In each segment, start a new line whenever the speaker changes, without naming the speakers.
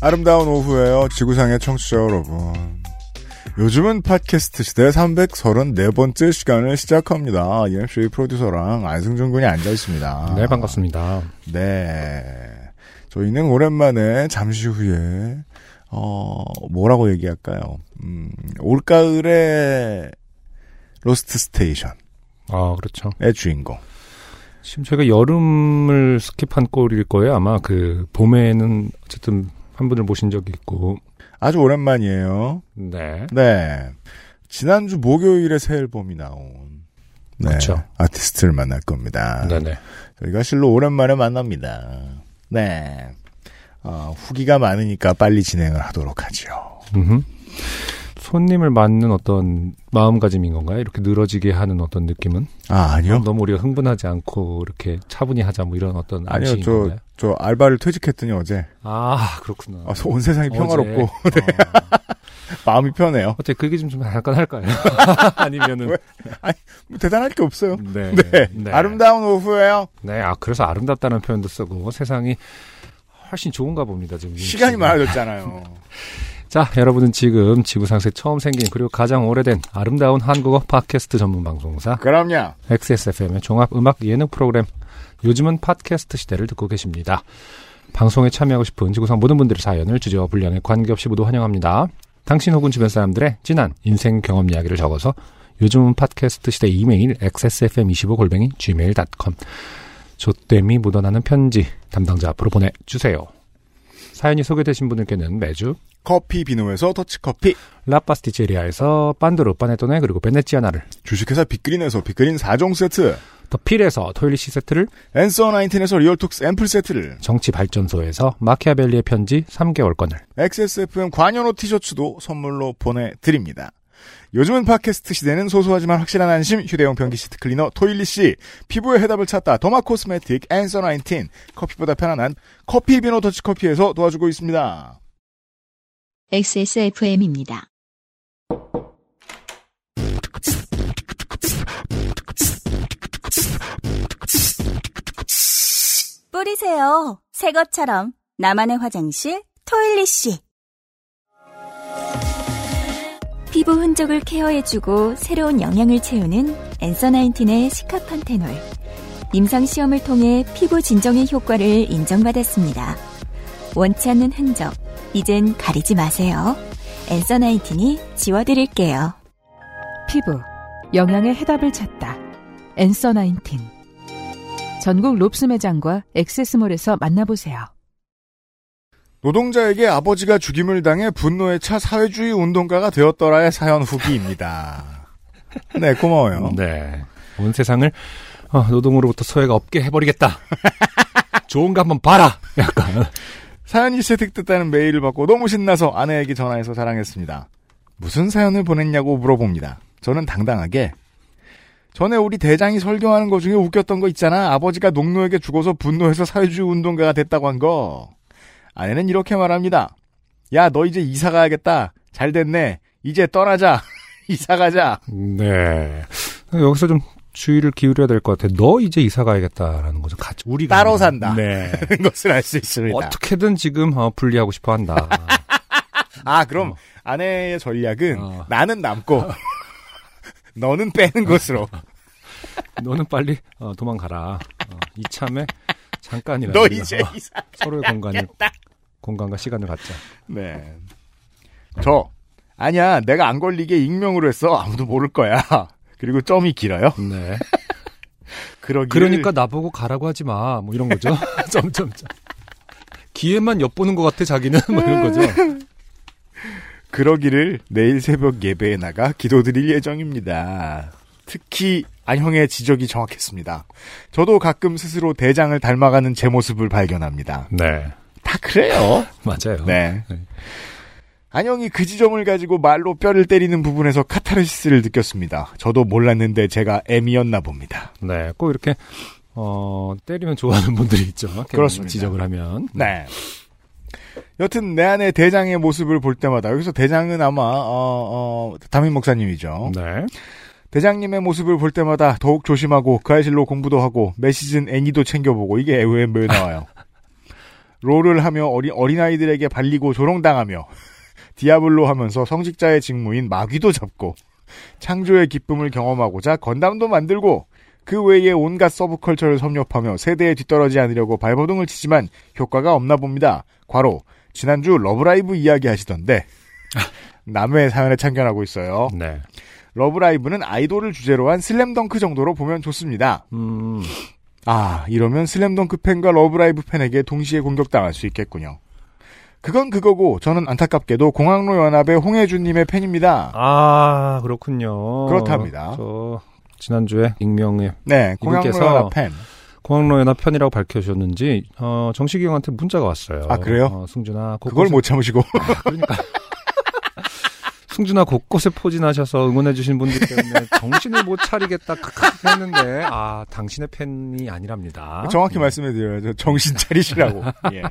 아름다운 오후에요, 지구상의 청취자 여러분. 요즘은 팟캐스트 시대 334번째 시간을 시작합니다. UMC 프로듀서랑 안승준 군이 앉아 있습니다.
네, 반갑습니다.
네. 저희는 오랜만에 잠시 후에, 어, 뭐라고 얘기할까요? 음, 올가을의 로스트 스테이션의
아, 그렇죠.
주인공.
지금 저희가 여름을 스킵한 꼴일 거예요. 아마 그 봄에는 어쨌든 한 분을 모신 적이 있고.
아주 오랜만이에요.
네.
네. 지난주 목요일에 새 앨범이 나온. 네,
그쵸.
아티스트를 만날 겁니다.
네네.
저희가 실로 오랜만에 만납니다. 네. 어, 후기가 많으니까 빨리 진행을 하도록 하죠.
음흠. 손님을 맞는 어떤 마음가짐인 건가요? 이렇게 늘어지게 하는 어떤 느낌은?
아, 아니요.
너무 우리가 흥분하지 않고 이렇게 차분히 하자 뭐 이런 어떤
아니요,
안심인
저,
건가요?
저 알바를 퇴직했더니 어제.
아, 그렇구나.
아, 소- 온 세상이
어제.
평화롭고 네.
어.
마음이 편해요.
어때 그게 좀 잠깐 할까요? 아니면은
왜? 뭐 대단할 게 없어요.
네.
네. 아름다운 오후예요.
네, 아 그래서 아름답다는 표현도 쓰고 뭐 세상이 훨씬 좋은가 봅니다 지금.
시간이 많아졌잖아요.
자, 여러분은 지금 지구상에 처음 생긴 그리고 가장 오래된 아름다운 한국어 팟캐스트 전문 방송사
그럼요.
XSFM의 종합 음악 예능 프로그램 요즘은 팟캐스트 시대를 듣고 계십니다. 방송에 참여하고 싶은 지구상 모든 분들의 사연을 주제와 분량에 관계없이 모두 환영합니다. 당신 혹은 주변 사람들의 진한 인생 경험 이야기를 적어서 요즘은 팟캐스트 시대 이메일 xsfm25골뱅이 gmail.com 조땜이 묻어나는 편지 담당자 앞으로 보내주세요. 사연이 소개되신 분들께는 매주
커피 비누에서 터치커피.
라파스티체리아에서 빤드로 빠네토네 그리고 베네치아나를
주식회사 빅그린에서 빅그린 4종 세트.
더 필에서 토일리시 세트를
앤서 19에서 리얼톡스 앰플 세트를.
정치발전소에서 마키아벨리의 편지 3개월권을
XSFM 관여로 티셔츠도 선물로 보내드립니다. 요즘은 팟캐스트 시대는 소소하지만 확실한 안심 휴대용 변기 시트 클리너 토일리씨 피부의 해답을 찾다 더마 코스메틱 앤서 19 커피보다 편안한 커피 비노 더치커피에서 도와주고 있습니다.
XSFM입니다.
뿌리세요. 새 것처럼 나만의 화장실 토일리씨.
피부 흔적을 케어해주고 새로운 영양을 채우는 엔서나인틴의 시카판테놀. 임상 시험을 통해 피부 진정의 효과를 인정받았습니다. 원치 않는 흔적, 이젠 가리지 마세요. 엔서나인틴이 지워드릴게요.
피부, 영양의 해답을 찾다. 엔서 나인틴. 전국 롭스 매장과 액세스몰에서 만나보세요.
노동자에게 아버지가 죽임을 당해 분노에 차 사회주의 운동가가 되었더라의 사연 후기입니다. 네 고마워요.
네. 온 세상을 어, 노동으로부터 소외가 없게 해버리겠다 좋은 거 한번 봐라 약간
사연이 채택됐다는 메일을 받고 너무 신나서 아내에게 전화해서 자랑했습니다. 무슨 사연을 보냈냐고 물어봅니다. 저는 당당하게 전에 우리 대장이 설교하는 것 중에 웃겼던 거 있잖아. 아버지가 농노에게 죽어서 분노해서 사회주의 운동가가 됐다고 한 거. 아내는 이렇게 말합니다. 야, 너 이제 이사 가야겠다. 잘 됐네. 이제 떠나자. 이사 가자.
네 여기서 좀 주의를 기울여야 될 것 같아 너 이제 이사 가야겠다라는 거죠 같이 우리가
따로 산다.
네.
그런 것을 알 수 있습니다.
어떻게든 지금 어, 분리하고 싶어 한다
아, 그럼 아내의 전략은
어. 어.
나는 남고 너는 빼는 것으로.
너는 빨리 어, 도망가라 어, 이참에 잠깐이라도
너
우리가
이제
어,
이사.
서로의 공간을 공간과 시간을 갖자
네. 저 아니야 내가 안 걸리게 익명으로 했어 아무도 모를 거야. 그리고 점이 길어요.
네
그러기
그러니까 나보고 가라고 하지 마. 뭐 이런 거죠. 점점점. 기회만 엿보는 것 같아, 자기는. 뭐 이런 거죠.
그러기를 내일 새벽 예배에 나가 기도드릴 예정입니다. 특히 안형의 지적이 정확했습니다. 저도 가끔 스스로 대장을 닮아가는 제 모습을 발견합니다.
네.
다 그래요.
맞아요.
네. 안영이 그 지점을 가지고 말로 뼈를 때리는 부분에서 카타르시스를 느꼈습니다. 저도 몰랐는데 제가 M이었나 봅니다.
네, 꼭 이렇게 어, 때리면 좋아하는 분들이 있죠. 이렇게
그렇습니다.
지적을 하면.
네. 여튼 내 안의 대장의 모습을 볼 때마다 여기서 대장은 아마 어, 어, 담임 목사님이죠.
네.
대장님의 모습을 볼 때마다 더욱 조심하고 그 아실로 공부도 하고 매시즌 애니도 챙겨보고 이게 왜, 왜 나와요? 롤을 하며 어린 어린아이들에게 발리고 조롱당하며 디아블로 하면서 성직자의 직무인 마귀도 잡고 창조의 기쁨을 경험하고자 건담도 만들고 그 외에 온갖 서브컬처를 섭렵하며 세대에 뒤떨어지 않으려고 발버둥을 치지만 효과가 없나 봅니다. 과로 지난주 러브라이브 이야기 하시던데 남의 사연에 참견하고 있어요.
네.
러브라이브는 아이돌을 주제로 한 슬램덩크 정도로 보면 좋습니다.
음,
아, 이러면 슬램덩크 팬과 러브라이브 팬에게 동시에 공격당할 수 있겠군요. 그건 그거고, 저는 안타깝게도 공항로 연합의 홍혜준님의 팬입니다.
아, 그렇군요.
그렇답니다.
저, 지난주에 익명의
네, 공항로
이분께서-
연합 팬.
공항로 연합 편이라고 밝혀주셨는지, 어, 정식이 형한테 문자가 왔어요.
아, 그래요?
어, 승준아, 곳곳에-
그걸 못 참으시고.
그러니까. 승준아 곳곳에 포진하셔서 응원해주신 분들 때문에 정신을 못 차리겠다 크크 했는데 아 당신의 팬이 아니랍니다.
정확히
네.
말씀해드려야죠. 정신 차리시라고. 예.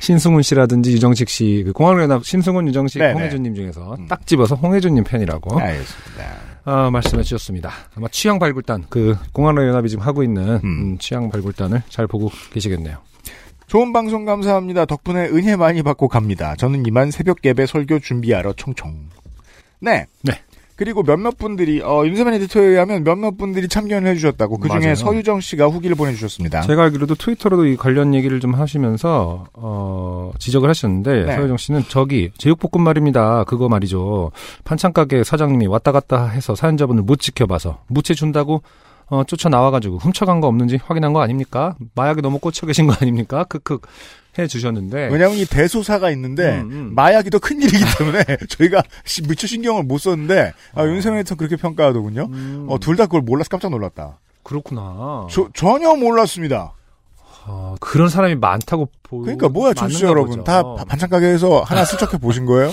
신승훈 씨라든지 유정식 씨, 그 공항연합 신승훈, 유정식,
네네.
홍혜준님 중에서
음. 네.
딱 집어서 홍혜준님 팬이라고
알겠습니다.
아, 말씀해 주셨습니다. 아마 취향 발굴단 그 공항연합이 지금 하고 있는
음.
음, 취향 발굴단을 잘 보고 계시겠네요.
좋은 방송 감사합니다. 덕분에 은혜 많이 받고 갑니다. 저는 이만 새벽 예배 설교 준비하러 총총. 네.
네.
그리고 몇몇 분들이 어, 윤세민 에디터에 의하면 몇몇 분들이 참견을 해주셨다고 그 중에
맞아요.
서유정 씨가 후기를 보내주셨습니다.
제가 알기로도 트위터로도 이 관련 얘기를 좀 하시면서 어, 지적을 하셨는데
네.
서효정 씨는 저기 제육볶음 말입니다. 그거 말이죠. 반찬 가게 사장님이 왔다 갔다 해서 사연자분을 못 지켜봐서 무채 준다고 어, 쫓아 나와가지고 훔쳐간 거 없는지 확인한 거 아닙니까? 마약에 너무 꽂혀 계신 거 아닙니까? 크크 해주셨는데
왜냐하면 이 대소사가 있는데
음, 음.
마약이 더 큰 일이기 때문에 저희가 시- 미처 신경을 못 썼는데 아, 윤세민 에디터 그렇게 평가하더군요. 어,
음, 아.
둘 다 그걸 몰라서 깜짝 놀랐다.
그렇구나.
저- 전혀 몰랐습니다.
어, 그런 사람이 많다고 보.
그러니까 뭐야 청취자
맞는
여러분
거죠. 어.
다 바- 반찬 가게에서 하나 슬쩍해 보신 거예요?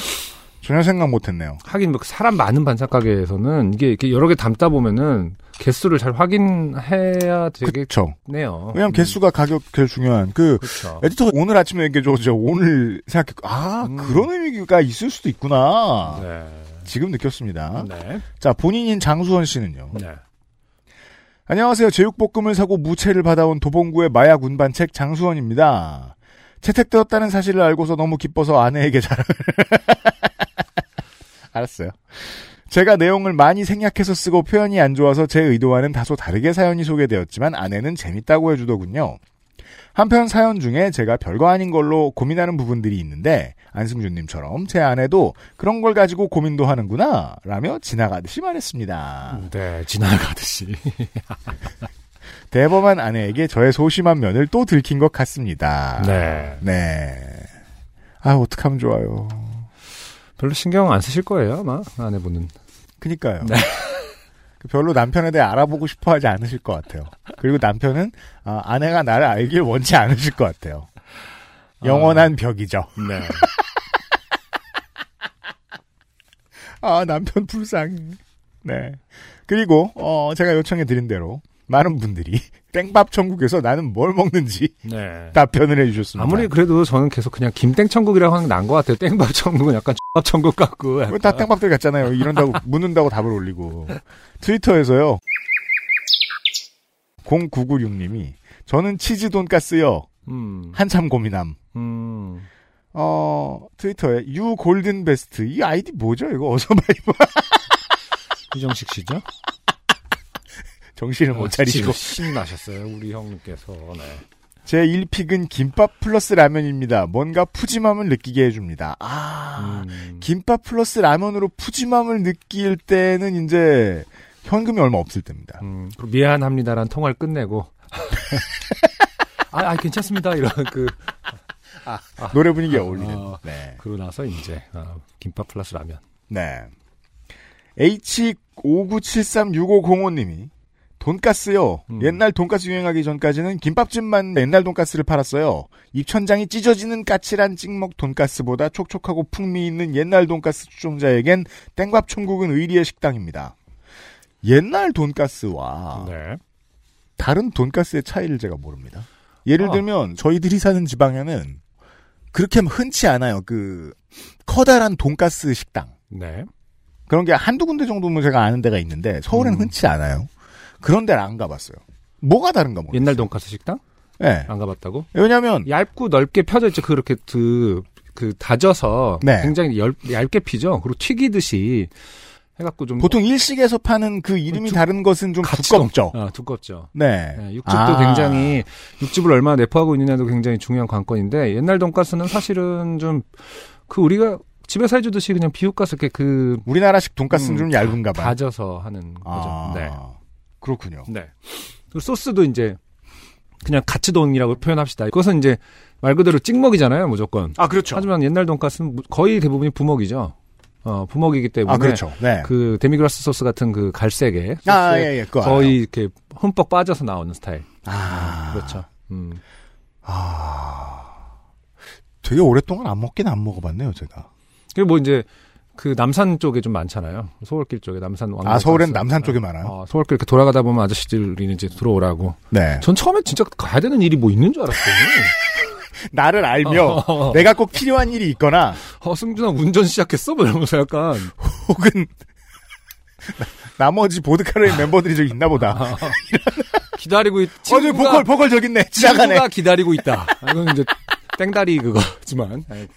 전혀 생각 못했네요.
하긴 뭐 사람 많은 반찬 가게에서는 이게 이렇게 여러 개 담다 보면은 개수를 잘 확인해야 되겠네요. 음,
그렇죠. 왜냐면 하 개수가 가격 제일 중요한 그
그렇죠.
에디터가 오늘 아침에 얘기해줘 제가 오늘 생각해 아
음.
그런 의미가 있을 수도 있구나
네.
지금 느꼈습니다.
네.
자 본인인 장수원 씨는요.
네.
안녕하세요. 제육볶음을 사고 무채를 받아온 도봉구의 마약 운반책 장수원입니다. 채택되었다는 사실을 알고서 너무 기뻐서 아내에게 자랑을. 알았어요. 제가 내용을 많이 생략해서 쓰고 표현이 안 좋아서 제 의도와는 다소 다르게 사연이 소개되었지만 아내는 재밌다고 해주더군요. 한편 사연 중에 제가 별거 아닌 걸로 고민하는 부분들이 있는데 안승준님처럼 제 아내도 그런 걸 가지고 고민도 하는구나 라며 지나가듯이 말했습니다.
네, 지나가듯이.
대범한 아내에게 저의 소심한 면을 또 들킨 것 같습니다.
네.
네. 아, 어떡하면 좋아요.
별로 신경 안 쓰실 거예요, 아마, 아내분은.
그니까요.
네.
그 별로 남편에 대해 알아보고 싶어 하지 않으실 것 같아요. 그리고 남편은 아, 내가 나를 알길 원치 않으실 것 같아요. 영원한 벽이죠.
네.
아, 남편 불쌍해. 네. 그리고, 어, 제가 요청해드린 대로 많은 분들이 땡밥 천국에서 나는 뭘 먹는지
네.
답변을 해주셨습니다.
아무리 그래도 저는 계속 그냥 김땡천국이라고 하는 게 나은 것 같아요. 땡밥천국은 약간 X밥천국 같고. 약간.
그건 어, 다 땡박들 같잖아요. 이런다고 묻는다고 답을 올리고 트위터에서요. 0996님이 저는 치즈 돈가스요.
음.
한참 고민함.
음.
어 트위터에 유 골든 베스트 이 아이디 뭐죠? 이거 어서 많이 봐.
이정식 씨죠?
정신을 못 차리시고
지금 신이 나셨어요, 우리 형님께서. 네.
제 1픽은 김밥 플러스 라면입니다. 뭔가 푸짐함을 느끼게 해줍니다. 아
음.
김밥 플러스 라면으로 푸짐함을 느낄 때는 이제 현금이 얼마 없을 때입니다.
음, 그리고 미안합니다라는 통화를 끝내고. 아, 아, 괜찮습니다. 이런 그.
노래 분위기에 어울리는.
어.
네.
그러고 나서 이제, 아, 김밥 플러스 라면.
네. H59736505님이 돈가스요.
음.
옛날 돈가스 유행하기 전까지는 김밥집만 옛날 돈가스를 팔았어요. 입천장이 찢어지는 까칠한 찍먹 돈가스보다 촉촉하고 풍미 있는 옛날 돈가스 추종자에겐 땡밥 천국은 의리의 식당입니다. 옛날 돈가스와
네.
다른 돈가스의 차이를 제가 모릅니다. 예를
아.
들면 저희들이 사는 지방에는 그렇게 흔치 않아요. 그 커다란 돈가스 식당.
네.
그런 게 한두 군데 정도는 제가 아는 데가 있는데 서울에는
음.
흔치 않아요. 그런 데를 안 가봤어요. 뭐가 다른가 모르겠어요.
옛날 돈가스 식당?
예.
안 가봤다고?
왜냐하면
얇고 넓게 펴져 있죠. 그렇게 그, 그 다져서
네.
굉장히 얇, 얇게 피죠. 그리고 튀기듯이 해갖고 좀
보통 일식에서 파는 그 이름이
두-
다른 것은 좀
같이
두껍죠.
아, 두껍죠.
네.
네, 육즙도
아,
굉장히 육즙을 얼마나 내포하고 있느냐도 굉장히 중요한 관건인데 옛날 돈가스는 사실은 좀 그 우리가 집에서 해주듯이 그냥 비육가스 이렇게 그
우리나라식 돈가스는 좀
음,
얇은가 봐요.
다져서 하는 거죠.
아,
네.
그렇군요.
네. 그리고 소스도 이제 그냥 같이 돈이라고 표현합시다. 그것은 이제 말 그대로 찍먹이잖아요, 무조건.
아 그렇죠.
하지만 옛날 돈가스는 무- 거의 대부분이 부먹이죠. 어, 부먹이기 때문에
아 그렇죠. 네.
그 데미그라스 소스 같은 그 갈색의 소스에
아 예예. 그거
거의
알아요.
이렇게 흠뻑 빠져서 나오는 스타일.
아
그렇죠. 음.
되게 오랫동안 안 먹긴 안 먹어봤네요 제가. 아,
그리고 뭐 이제 그 남산 쪽에 좀 많잖아요. 서울길 쪽에 남산 왕.
아 서울엔 남산 쪽이 많아요.
어, 서울길 이렇게 돌아가다 보면 아저씨들이 이제 들어오라고.
네.
전 처음에 진짜 가야 되는 일이 뭐 있는 줄 알았거든요.
나를 알며
어.
내가 꼭 필요한 일이 있거나
어, 승준아 운전 시작했어? 뭐 이러면서 약간
혹은 나머지 보드카로의 멤버들이 저기 있나
어.
보다.
기다리고 있.
어제 보컬 보컬 저기 있네. 지나가네.
친구가 기다리고 있다. 아, 이건 이제 땡다리 그거지만. 아이고.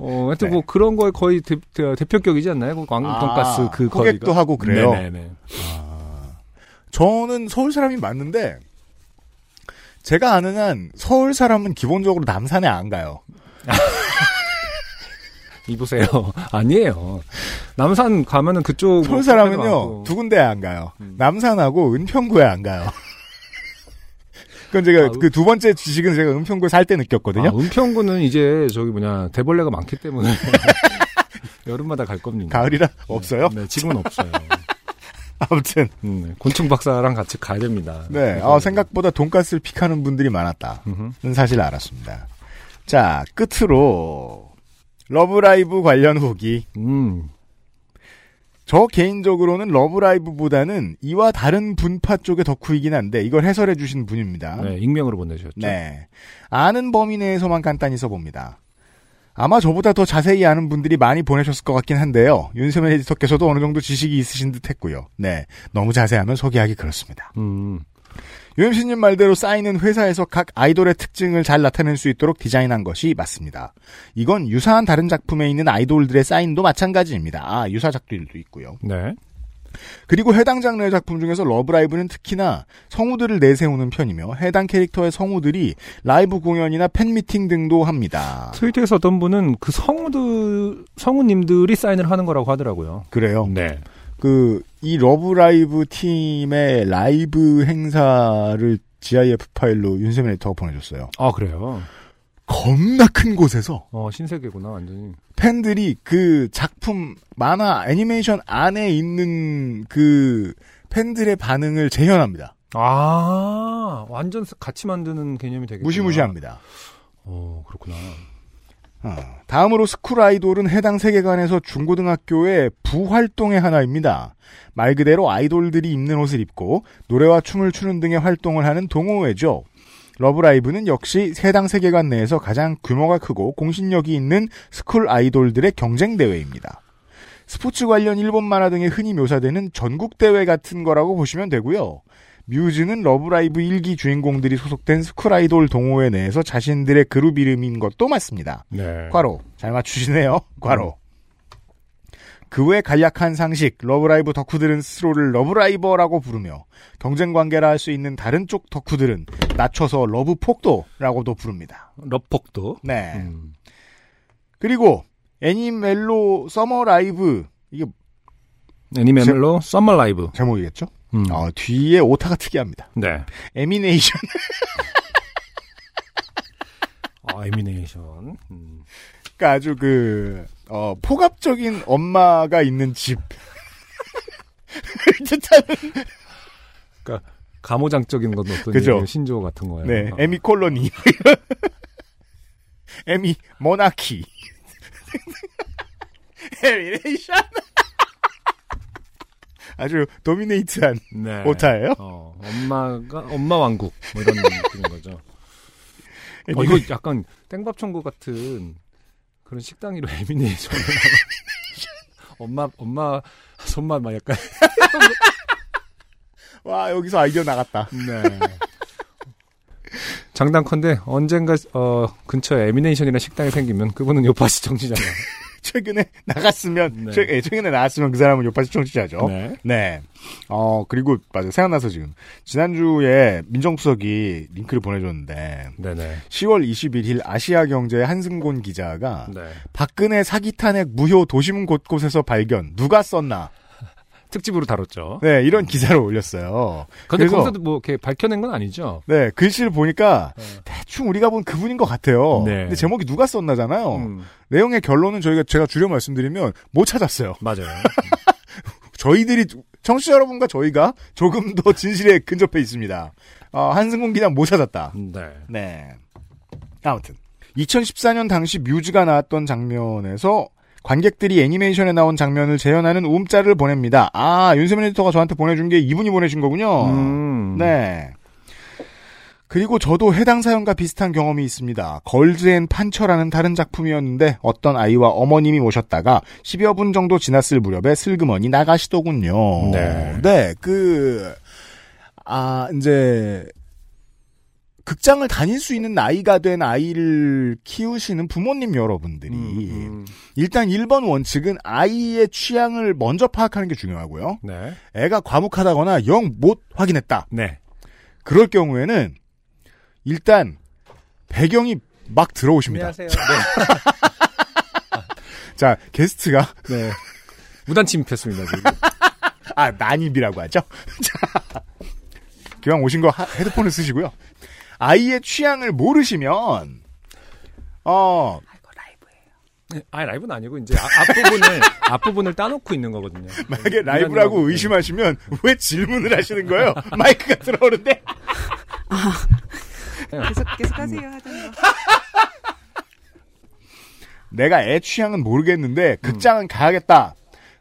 어, 하여튼
네.
뭐 그런 거에 거의 대, 표격이지 않나요? 그 광동가스
아,
그
호객도
거리가.
하고 그래요?
네네네.
저는 서울 사람이 맞는데 제가 아는 한 서울 사람은 기본적으로 남산에 안 가요.
이보세요. 아니에요. 남산 가면은 그쪽
서울
카페도
사람은요
많고.
두 군데에 안 가요.
음.
남산하고 은평구에 안 가요. 그건 제가
아,
그 두 번째 지식은 제가 은평구에 살 때 느꼈거든요.
아, 은평구는 이제 저기 뭐냐 대벌레가 많기 때문에 여름마다 갈 겁니다.
가을이라 없어요.
네, 지금은 없어요.
아무튼
음, 네. 곤충 박사랑 같이 가야 됩니다.
네 아, 생각보다 돈가스를 픽하는 분들이 많았다.
음흠.
는 사실 알았습니다. 자, 끝으로 러브라이브 관련 후기.
음,
저 개인적으로는 러브라이브보다는 이와 다른 분파 쪽의 덕후이긴 한데 이걸 해설해 주신 분입니다.
네, 익명으로 보내주셨죠.
아. 네. 아는 범위 내에서만 간단히 써봅니다. 아마 저보다 더 자세히 아는 분들이 많이 보내셨을 것 같긴 한데요. 윤세민 에디터께서도 어느 정도 지식이 있으신 듯 했고요. 네. 너무 자세하면 소개하기 그렇습니다.
음,
유엠씨님 말대로 사인은 회사에서 각 아이돌의 특징을 잘 나타낼 수 있도록 디자인한 것이 맞습니다. 이건 유사한 다른 작품에 있는 아이돌들의 사인도 마찬가지입니다. 아, 유사 작들도 있고요.
네.
그리고 해당 장르의 작품 중에서 러브라이브는 특히나 성우들을 내세우는 편이며 해당 캐릭터의 성우들이 라이브 공연이나 팬미팅 등도 합니다.
트위터에서 어떤 분은 그 성우들, 성우님들이 사인을 하는 거라고 하더라고요.
그래요.
네.
그, 이 러브라이브 팀의 라이브 행사를 GIF 파일로 윤세민 에디터가 보내줬어요.
아, 그래요?
겁나 큰 곳에서
어, 신세계구나, 완전히.
팬들이 그 작품 만화 애니메이션 안에 있는 그 팬들의 반응을 재현합니다.
아, 완전 같이 만드는 개념이 되겠구나.
무시무시합니다.
어, 그렇구나.
어, 다음으로 스쿨 아이돌은 해당 세계관에서 중고등학교의 부활동의 하나입니다. 말 그대로 아이돌들이 입는 옷을 입고 노래와 춤을 추는 등의 활동을 하는 동호회죠. 러브라이브는 역시 해당 세계관 내에서 가장 규모가 크고 공신력이 있는 스쿨 아이돌들의 경쟁 대회입니다. 스포츠 관련 일본 만화 등에 흔히 묘사되는 전국 대회 같은 거라고 보시면 되고요. 뮤즈는 러브라이브 일기 주인공들이 소속된 스쿨 아이돌 동호회 내에서 자신들의 그룹 이름인 것도 맞습니다.
네.
과로 잘 맞추시네요. 과로. 그 외 간략한 상식, 러브라이브 덕후들은 스스로를 러브라이버라고 부르며 경쟁 관계라 할 수 있는 다른 쪽 덕후들은 낮춰서 러브폭도라고도 부릅니다.
러폭도.
네.
음.
그리고 애니멜로 서머라이브 이게
애니멜로 썸머 라이브.
제목이겠죠?
음.
어, 뒤에 오타가 특이합니다.
네.
에미네이션
아, 에미네이션. 음.
그러니까 아주 그 어, 포갑적인 엄마가 있는 집. 진짜는.
그러니까 가모장적인 건 어떤
그죠.
얘기예요? 신조어 같은 거예요.
네,
어.
에미 콜로니. 에미 모나키. 에미레이션. 아주 도미네이트한
네.
오타예요?
어, 엄마가 엄마 왕국 뭐 이런 느낌인 거죠. 어,
이거
이거 약간 땡밥천국 같은 그런 식당 이름 에미네이션 엄마 엄마 손맛 막 약간
와 여기서 아이디어 나갔다.
네. 장담컨대 언젠가 어, 근처에 에미네이션이라는 식당이 생기면 그분은 요파시 정치잖아요.
최근에 나갔으면
네.
최, 예, 최근에 나왔으면 그 사람은 요파시 청취자죠.
네.
네. 어, 그리고, 맞아요. 생각나서 지금. 지난주에 민정수석이 링크를 보내줬는데,
네네.
10월 21일 아시아경제의 한승곤 기자가
네.
박근혜 사기 탄핵 무효 도심 곳곳에서 발견. 누가 썼나?
특집으로 다뤘죠.
네, 이런 기사를 올렸어요.
근데
그래서-
거기서도 뭐 이렇게 밝혀낸 건 아니죠.
네, 글씨를 보니까 대충 우리가 본 그분인 것 같아요.
네.
근데 제목이 누가 썼나잖아요.
음,
내용의 결론은 저희가 제가 줄여 말씀드리면 못 찾았어요.
맞아요.
저희들이 청취자 여러분과 저희가 조금 더 진실에 근접해 있습니다. 아, 한승곤 기자 못 찾았다.
네.
네. 아무튼 2014년 당시 뮤즈가 나왔던 장면에서 관객들이 애니메이션에 나온 장면을 재현하는 움짤을 보냅니다. 아 윤세민 에디터가 저한테 보내준 게 이분이 보내신 거군요.
음.
네. 그리고 저도 해당 사연과 비슷한 경험이 있습니다. 걸즈앤 판처라는 다른 작품이었는데 어떤 아이와 어머님이 오셨다가 10여 분 정도 지났을 무렵에 슬그머니 나가시더군요.
네.
네, 그, 아, 이제, 극장을 다닐 수 있는 나이가 된 아이를 키우시는 부모님 여러분들이
음, 음.
일단 1번 원칙은 아이의 취향을 먼저 파악하는 게 중요하고요.
네.
애가 과묵하다거나 영 못 확인했다.
네.
그럴 경우에는 일단 배경이 막 들어오십니다.
네.
자 게스트가
네. 무단 침입했습니다, 지금.
아 난입이라고 하죠. 자, 기왕 오신 거 하- 헤드폰을 쓰시고요. 아이의 취향을 모르시면 어
아, 라이브는 아니고, 이제 앞, 앞부분을, 앞부분을 따놓고 있는 거거든요.
만약에
네.
라이브라고 의심하시면 왜 질문을 하시는 거예요? 마이크가 들어오는데
계속 계속 하세요 하던 거.
내가 애 취향은 모르겠는데
음.
극장은 가야겠다.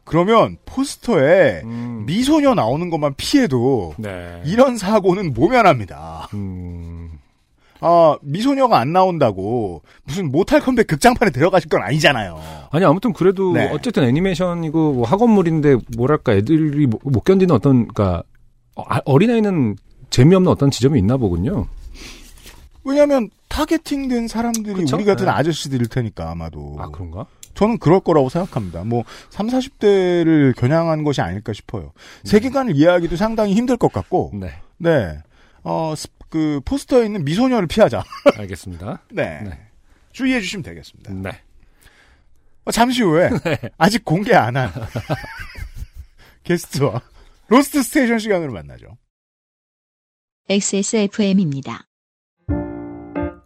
그러면 포스터에
음.
미소녀 나오는 것만 피해도
네.
이런 사고는 모면합니다.
음,
아, 미소녀가 안 나온다고 무슨 모탈 컴백 극장판에 데려가실 건 아니잖아요.
아니, 아무튼 그래도,
네.
어쨌든 애니메이션이고, 뭐 학원물인데, 뭐랄까, 애들이 못, 못 견디는 어떤, 그니까, 어린아이는 재미없는 어떤 지점이 있나 보군요.
왜냐면 하 타겟팅된 사람들이
그쵸?
우리 같은
네.
아저씨들일 테니까 아마도.
아, 그런가?
저는 그럴 거라고 생각합니다. 뭐 3, 40대를 겨냥한 것이 아닐까 싶어요.
음.
세계관을 이해하기도 상당히 힘들 것 같고.
네.
네. 어, 스- 그 포스터에 있는 미소녀를 피하자.
알겠습니다.
네.
네.
주의해 주시면 되겠습니다.
네.
어, 잠시 후에 아직 공개 안 한 게스트와 로스트 스테이션 시간으로 만나죠.
XSFM입니다.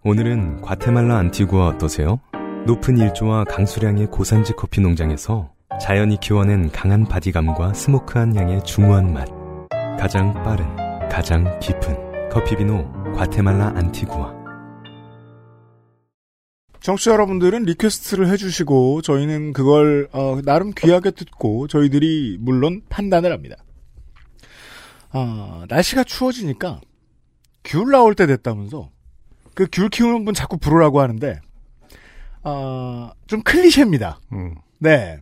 오늘은 과테말라 안티구아 어떠세요? 높은 일조와 강수량의 고산지 커피 농장에서 자연이 키워낸 강한 바디감과 스모크한 향의 중후한 맛. 가장 빠른, 가장 깊은 커피 비노 과테말라 안티구아.
청취자 여러분들은 리퀘스트를 해주시고 저희는 그걸 어, 나름 귀하게 듣고 저희들이 물론 판단을 합니다. 아, 날씨가 추워지니까 귤 나올 때 됐다면서 그 귤 키우는 분 자꾸 부르라고 하는데 아, 좀 클리셰입니다.
음.
네,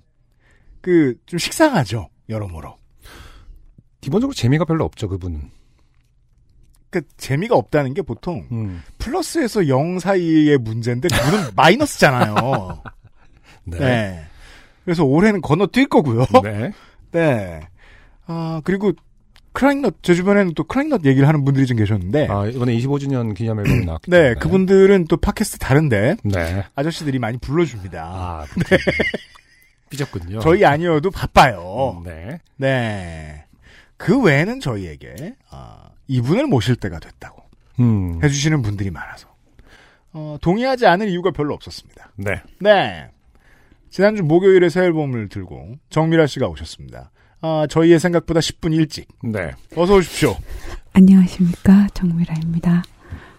그 좀 식상하죠 여러모로.
기본적으로 재미가 별로 없죠, 그분은.
그 재미가 없다는 게 보통
음.
플러스에서 0 사이의 문제인데 그분은 마이너스잖아요.
네.
네. 그래서 올해는 건너뛸 거고요.
네.
네. 아, 그리고 크라잉넛, 제 주변에는 또 크라잉넛 얘기를 하는 분들이 좀 계셨는데,
아, 이번에 25주년 기념 앨범이 나왔기 때문에.
어? 네, 그분들은 또 팟캐스트 다른데,
네.
아저씨들이 많이 불러줍니다.
아, 그렇군요. 삐졌군요.
네. 저희 아니어도 바빠요.
음, 네.
네. 그 외에는 저희에게, 아, 이분을 모실 때가 됐다고
음.
해주시는 분들이 많아서, 어, 동의하지 않을 이유가 별로 없었습니다.
네.
네. 지난주 목요일에 새 앨범을 들고 정미라 씨가 오셨습니다. 아, 저희의 생각보다 10분 일찍
네.
어서 오십시오.
안녕하십니까 정미라입니다.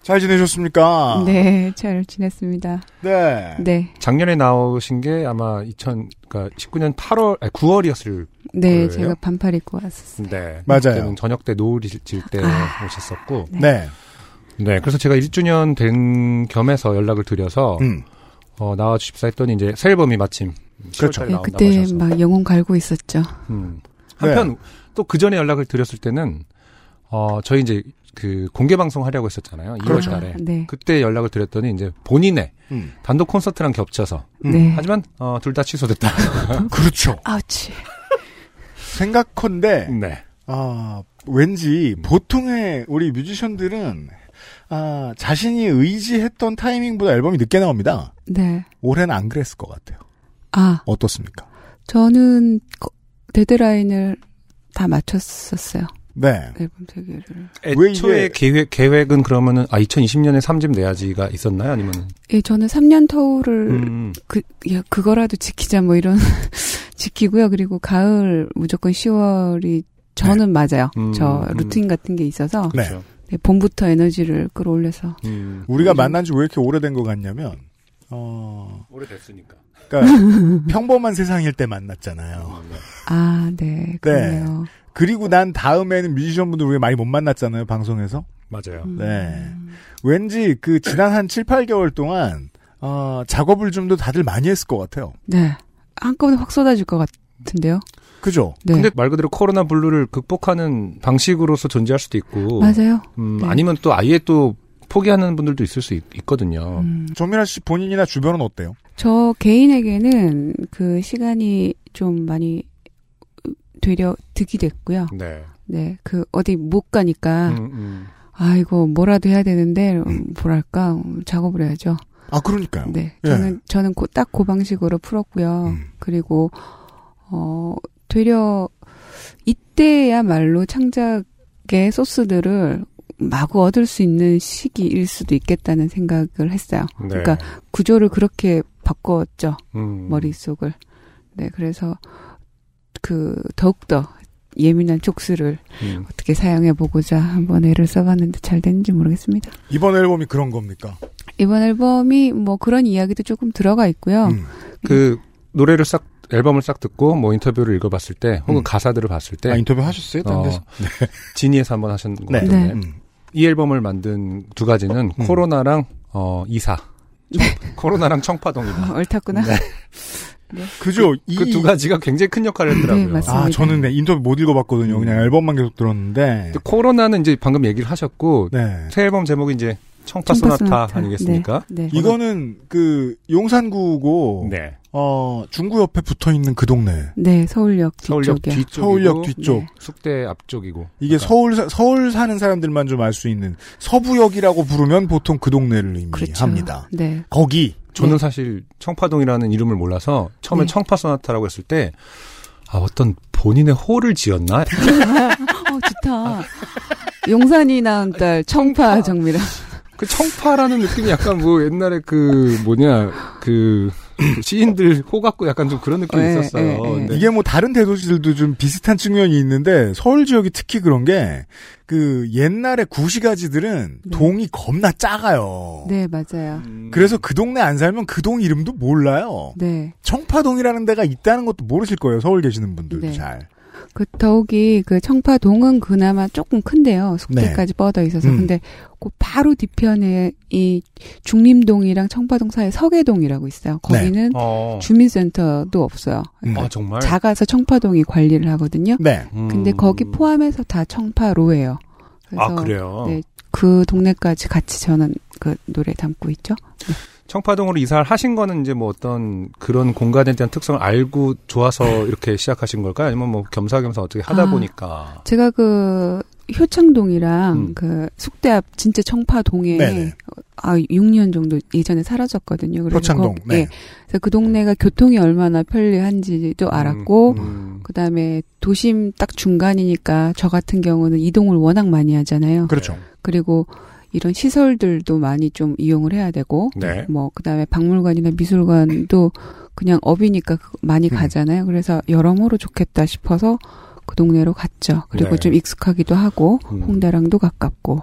잘
아.
지내셨습니까?
네, 잘 지냈습니다.
네.
네,
작년에 나오신 게 아마 2000, 그러니까 19년 8월, 아니 9월이었을
네,
그래요?
제가 반팔 입고 왔었어요.
네.
맞아요.
그때는 저녁 때 노을이 질 때
아.
오셨었고.
네.
네.
네. 그래서 제가 1주년 된 겸해서 연락을 드려서
음.
어, 나와 주십사 했더니 이제 새 앨범이 마침
그렇죠.
10월달에
네,
나온다고
그때
하셔서.
막 영혼 갈고 있었죠.
음.
네.
한편 또 그 전에 연락을 드렸을 때는 어, 저희 이제 그 공개 방송 하려고 했었잖아요. 2월
그렇죠.
달에.
아, 네,
그때 연락을 드렸더니 이제 본인의
음.
단독 콘서트랑 겹쳐서
음.
네.
하지만 어, 둘 다 취소됐다.
그렇죠. 음.
아우치.
생각컨대
네.
아, 왠지 보통의 우리 뮤지션들은 아, 자신이 의지했던 타이밍보다 앨범이 늦게 나옵니다.
네.
올해는 안 그랬을 것 같아요.
아,
어떻습니까?
저는 거- 데드라인을 다 맞췄었어요.
네.
앨범 세계를.
왜
애초에
이게-
계획 계획은 그러면은 아 2020년에 3집 내야지가 있었나요? 아니면
예, 저는 3년 터울을
음.
그 야, 그거라도 지키자 뭐 이런 지키고요. 그리고 가을 무조건 10월이 저는 맞아요.
음,
저
음.
루틴 같은 게 있어서
네.
그렇죠.
네, 봄부터 에너지를 끌어올려서
음.
우리가 만난 지 왜 이렇게 오래된 것 같냐면 어,
오래됐으니까.
그러니까 평범한 세상일 때 만났잖아요.
아, 네, 그래요.
그리고 난 다음에는 뮤지션분들 우리 많이 못 만났잖아요, 방송에서.
맞아요.
음.
네. 왠지 그 지난 한 7, 8개월 동안 어, 작업을 좀 더 다들 많이 했을 것 같아요.
네. 한꺼번에 확 쏟아질 것 같은데요.
그죠?
네.
근데 말 그대로 코로나 블루를 극복하는 방식으로서 존재할 수도 있고
뭐,
맞아요.
음,
네.
아니면 또 아예 또 포기하는 분들도 있을 수 있, 거든요
어.
음.
정민아 씨 본인이나 주변은 어때요?
저 개인에게는 그 시간이 좀 많이 되려 득이 됐고요.
네.
네, 그 어디 못 가니까
음, 음.
아 이거 뭐라도 해야 되는데 음, 뭐랄까 음, 작업을 해야죠.
아, 그러니까요.
네,
예.
저는 저는 고, 딱 그 방식으로 풀었고요.
음.
그리고 어 되려 이때야말로 창작의 소스들을 마구 얻을 수 있는 시기일 수도 있겠다는 생각을 했어요.
네.
그러니까 구조를 그렇게 바꿨죠
음.
머릿속을. 네, 그래서 그 더욱더 예민한 촉수를
음.
어떻게 사용해 보고자 한번 애를 써봤는데 잘 됐는지 모르겠습니다.
이번 앨범이 그런 겁니까?
이번 앨범이 뭐 그런 이야기도 조금 들어가 있고요.
음.
그 노래를 싹 앨범을 싹 듣고 뭐 인터뷰를 읽어봤을 때 혹은
음.
가사들을 봤을 때
아, 인터뷰 하셨어요? 다른
어,
데서?
지니에서 한번 하신 것
네.
같은데
네.
음.
이 앨범을 만든 두 가지는
음.
코로나랑 어 이사 청- 코로나랑 청파동이다.
어, 옳다구나.
네.
그죠? 이
그 두 가지가 굉장히 큰 역할을 했더라고요.
네, 맞습니다.
아, 저는 네, 인터뷰 못 읽어봤거든요. 그냥 앨범만 계속 들었는데.
근데 코로나는 이제 방금 얘기를 하셨고
네.
새 앨범 제목이 이제 청파
청파
소나타
소나타.
아니겠습니까?
네.
이거는 그 용산구고
네.
어, 중구 옆에 붙어 있는 그 동네.
네, 서울역
서울역
뒤쪽이요.
뒤쪽,
서울역 뒤쪽.
네.
숙대 앞쪽이고
이게 서울 사- 서울 사는 사람들만 좀 알 수 있는 서부역이라고 부르면 보통 그 동네를
그렇죠.
의미합니다.
네.
거기
저는
네.
사실 청파동이라는 이름을 몰라서 처음에
네.
청파 소나타라고 했을 때 아, 어떤 본인의 호를 지었나?
어, 좋다. 용산이 낳은 딸
그러니까.
청파 정미라.
그 청파라는 느낌이 약간 뭐 옛날에 그 뭐냐 그 시인들 호 같고 약간 좀 그런 느낌이
예,
있었어요.
예, 예.
근데
이게 뭐 다른 대도시들도 좀 비슷한 측면이 있는데 서울 지역이 특히 그런 게 그 옛날에 구시가지들은
네.
동이 겁나
어.
작아요.
네, 맞아요.
음.
그래서 그 동네 안 살면 그 동 이름도 몰라요.
네.
청파동이라는 데가 있다는 것도 모르실 거예요. 서울 계시는 분들도
네.
잘.
그 더욱이 그 청파동은 그나마 조금 큰데요. 숙대까지 뻗어 있어서.
음.
근데 그 바로 뒤편에 이 중림동이랑 청파동 사이 서계동이라고 있어요.
네.
거기는
어.
주민센터도 없어요.
음.
아 정말.
작아서 청파동이 관리를 하거든요.
네.
음.
근데 거기 포함해서 다 청파로예요. 그래서
아 그래요.
네. 그 동네까지 같이 저는 그 노래 담고 있죠.
청파동으로 이사를 하신 거는 이제 뭐 어떤 그런 공간에 대한 특성을 알고 좋아서 이렇게 시작하신 걸까요? 아니면 뭐 겸사겸사 어떻게 하다
아.
보니까.
제가 그 효창동이랑
음.
그 숙대 앞 진짜 청파동에
네네.
아 6년 정도 예전에 사라졌거든요. 그래서
표창동.
거기-
네.
예. 그래서 그 동네가 교통이 얼마나 편리한지도
음,
알았고
음,
그다음에 도심 딱 중간이니까 저 같은 경우는 이동을 워낙 많이 하잖아요.
그렇죠.
그리고 이런 시설들도 많이 좀 이용을 해야 되고
네.
뭐 그다음에 박물관이나 미술관도 그냥 업이니까 그- 많이
음.
가잖아요. 그래서 여러모로 좋겠다 싶어서 그 동네로 갔죠. 그리고
네.
좀 익숙하기도 하고
음.
홍대랑도 가깝고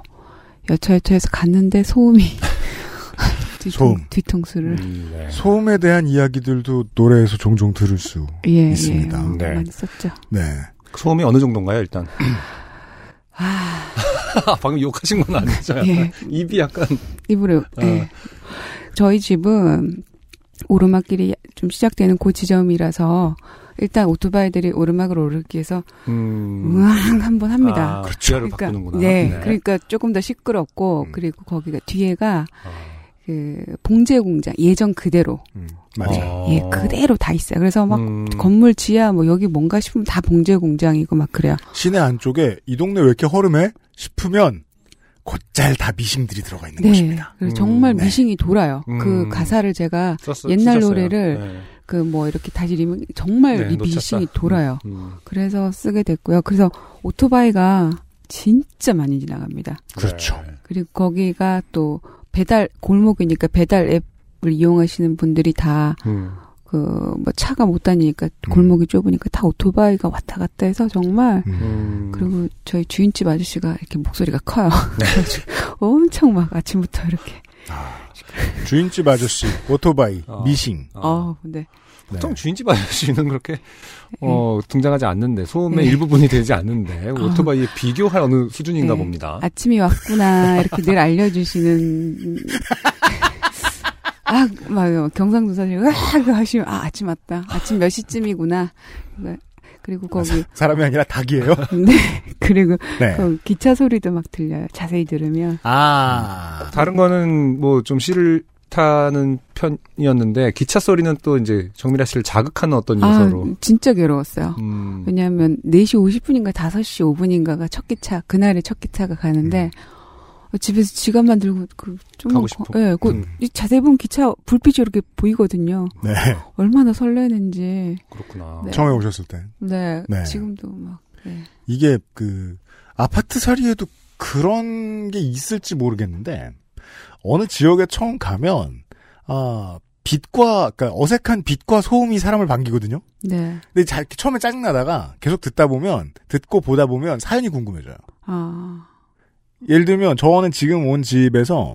여차여차해서 갔는데 소음이 뒤통,
소음.
뒤통수를
음, 네.
소음에 대한 이야기들도 노래에서 종종 들을 수.
예,
있습니다.
예,
네.
많이 썼죠.
네.
소음이 어느 정도인가요, 일단?
아,
방금 욕하신 건 아니죠?
예,
입이 약간
입으로.
아.
예. 저희 집은 오르막길이 좀 시작되는 그 지점이라서 일단 오토바이들이 오르막을 오르기 위해서
음.
우왕 한번 합니다.
아, 기어를 바꾸는구나.
네,
네.
그러니까 조금 더 시끄럽고
음.
그리고 거기가 뒤에가
아,
그 봉제 공장 예전 그대로
음, 맞아요.
어.
예 그대로 다 있어요. 그래서 막
음.
건물 지하 뭐 여기 뭔가 싶으면 다 봉제 공장이고 막 그래요.
시내 안쪽에 이 동네 왜 이렇게 허름해? 싶으면 곧잘 다 미심들이 들어가 있는
네,
것입니다.
그래서
음,
정말
네.
미싱이 돌아요.
음.
그 가사를 제가
썼어요,
옛날
쓰셨어요.
노래를
네.
그 뭐 이렇게 다시 리면 정말
네,
이
놓쳤다.
미싱이 돌아요.
음.
그래서 쓰게 됐고요. 그래서 오토바이가 진짜 많이 지나갑니다.
그렇죠.
네.
그리고 거기가 또 배달 골목이니까 배달 앱을 이용하시는 분들이
음.
다 그 뭐 차가 못 다니니까
음.
골목이 좁으니까 다 오토바이가 왔다 갔다 해서 정말
음.
음.
그리고 저희 주인집 아저씨가 이렇게 목소리가 커요.
네.
그래가지고 엄청 막 아침부터 이렇게.
주인집 아저씨, 오토바이,
어.
미싱.
어,
어.
근데 예.
네.
보통 주인집 아저씨는 그렇게 어, 등장하지 않는데 소음의
음. 네. 아.
일부분이 되지 않는데 오토바이에 비교할 어느 수준인가
네.
봅니다.
아침이 왔구나 이렇게 늘 알려주시는. 아, 막 경상도 사람이 아, 그거 하시면 아 아침 왔다. 아침 몇 시쯤이구나. 그리고 거기
사람이 아니라 닭이에요.
네 그리고
네.
그 기차 소리도 막 들려요. 자세히 들으면.
아.
다른 거는 뭐 좀 씨를 타는 편이었는데 기차 소리는 또 이제 정미라 씨를 자극하는 어떤
아, 네.
요소로.
진짜 괴로웠어요.
음.
왜냐하면 4시 50분인가 5시 5분인가가 첫 기차, 그날의 첫 기차가 가는데, 어, 집에서 지갑만 들고, 그, 좀,
음. 가고 싶어.
예, 그,
음.
이 자세히 보면 기차 불빛이 이렇게 보이거든요.
네.
얼마나 설레는지.
그렇구나.
네.
처음에 오셨을 때.
네,
네.
지금도 막, 네.
이게 그 아파트 사리에도 그런 게 있을지 모르겠는데 어느 지역에 처음 가면 아 빛과 그러니까 어색한 빛과 소음이 사람을 반기거든요.
네.
근데 자, 이렇게 처음에 짜증 나다가 계속 듣다 보면 듣고 보다 보면 사연이 궁금해져요.
아,
예를 들면 저는 지금 온 집에서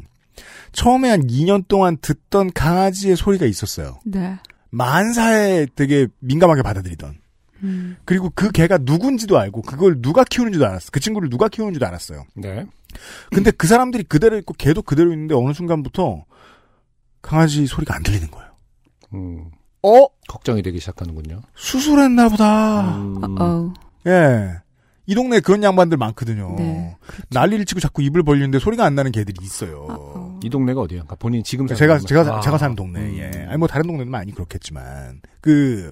처음에 한 2년 동안 듣던 강아지의 소리가 있었어요.
네.
만사에 되게 민감하게 받아들이던.
음,
그리고 그 개가 누군지도 알고 그걸 누가 키우는지도 알았어. 그 친구를 누가 키우는지도 알았어요.
네.
근데 그 사람들이 그대로 있고 걔도 그대로 있는데 어느 순간부터 강아지 소리가 안 들리는 거예요.
음.
어?
걱정이 되기 시작하는군요.
수술했나 보다.
음.
어, 어우,
예. 이 동네에 그런 양반들 많거든요.
네,
난리를 치고 자꾸 입을 벌리는데 소리가 안 나는 개들이 있어요.
아, 어.
이 동네가 어디예요? 그러니까 본인 지금 사는
제가
동네.
제가
아.
제가 사는 동네.
음.
예. 아니 뭐 다른 동네도 많이 그렇겠지만 그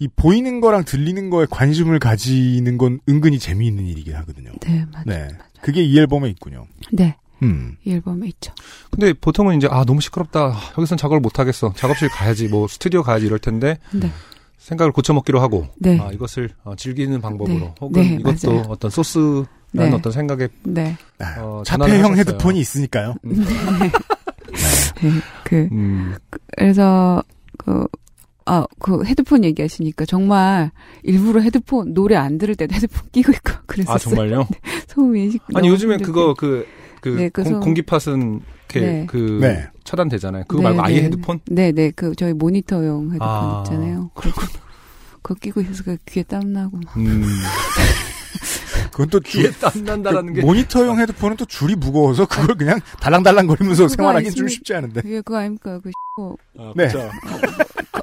이 보이는 거랑 들리는 거에 관심을 가지는 건 은근히 재미있는 일이긴 하거든요.
네, 맞아요.
네. 그게 이 앨범에 있군요.
네,
음.
이 앨범에 있죠.
근데 보통은 이제 아 너무 시끄럽다 아, 여기선 작업을 못 하겠어 작업실 가야지 뭐 스튜디오 가야지 이럴 텐데
네.
생각을 고쳐먹기로 하고
네,
아 이것을 어, 즐기는 방법으로
네.
혹은
네,
이것도
맞아요.
어떤 소스라는
네.
어떤 생각에
네.
아,
어, 전환을
자폐형
하셨어요.
헤드폰이 있으니까요.
네, 그,
음,
그래서 그 아, 그 헤드폰 얘기하시니까 정말 일부러 헤드폰 노래 안 들을 때도 헤드폰 끼고 있고
아
그랬었어요.
정말요?
소음이 시-
아니
너무
요즘에
힘들게.
그거 그, 그
네, 그 소음.
공, 기파은 이렇게
네.
그
네.
차단되잖아요. 그거
네,
말고 아예
네.
헤드폰?
네, 네. 그 저희 모니터용 헤드폰
아,
있잖아요. 그거 그거 끼고 있어서 그 귀에 땀 나고 막.
음.
그건 또 주-
귀에 땀 난다라는
그
게
모니터용 헤드폰은 또 줄이 무거워서 그걸 그냥 달랑달랑 거리면서 생활하기 좀
아니지.
쉽지
네.
않은데.
그게 그거 아닙니까? 그
아,
네.
그렇죠.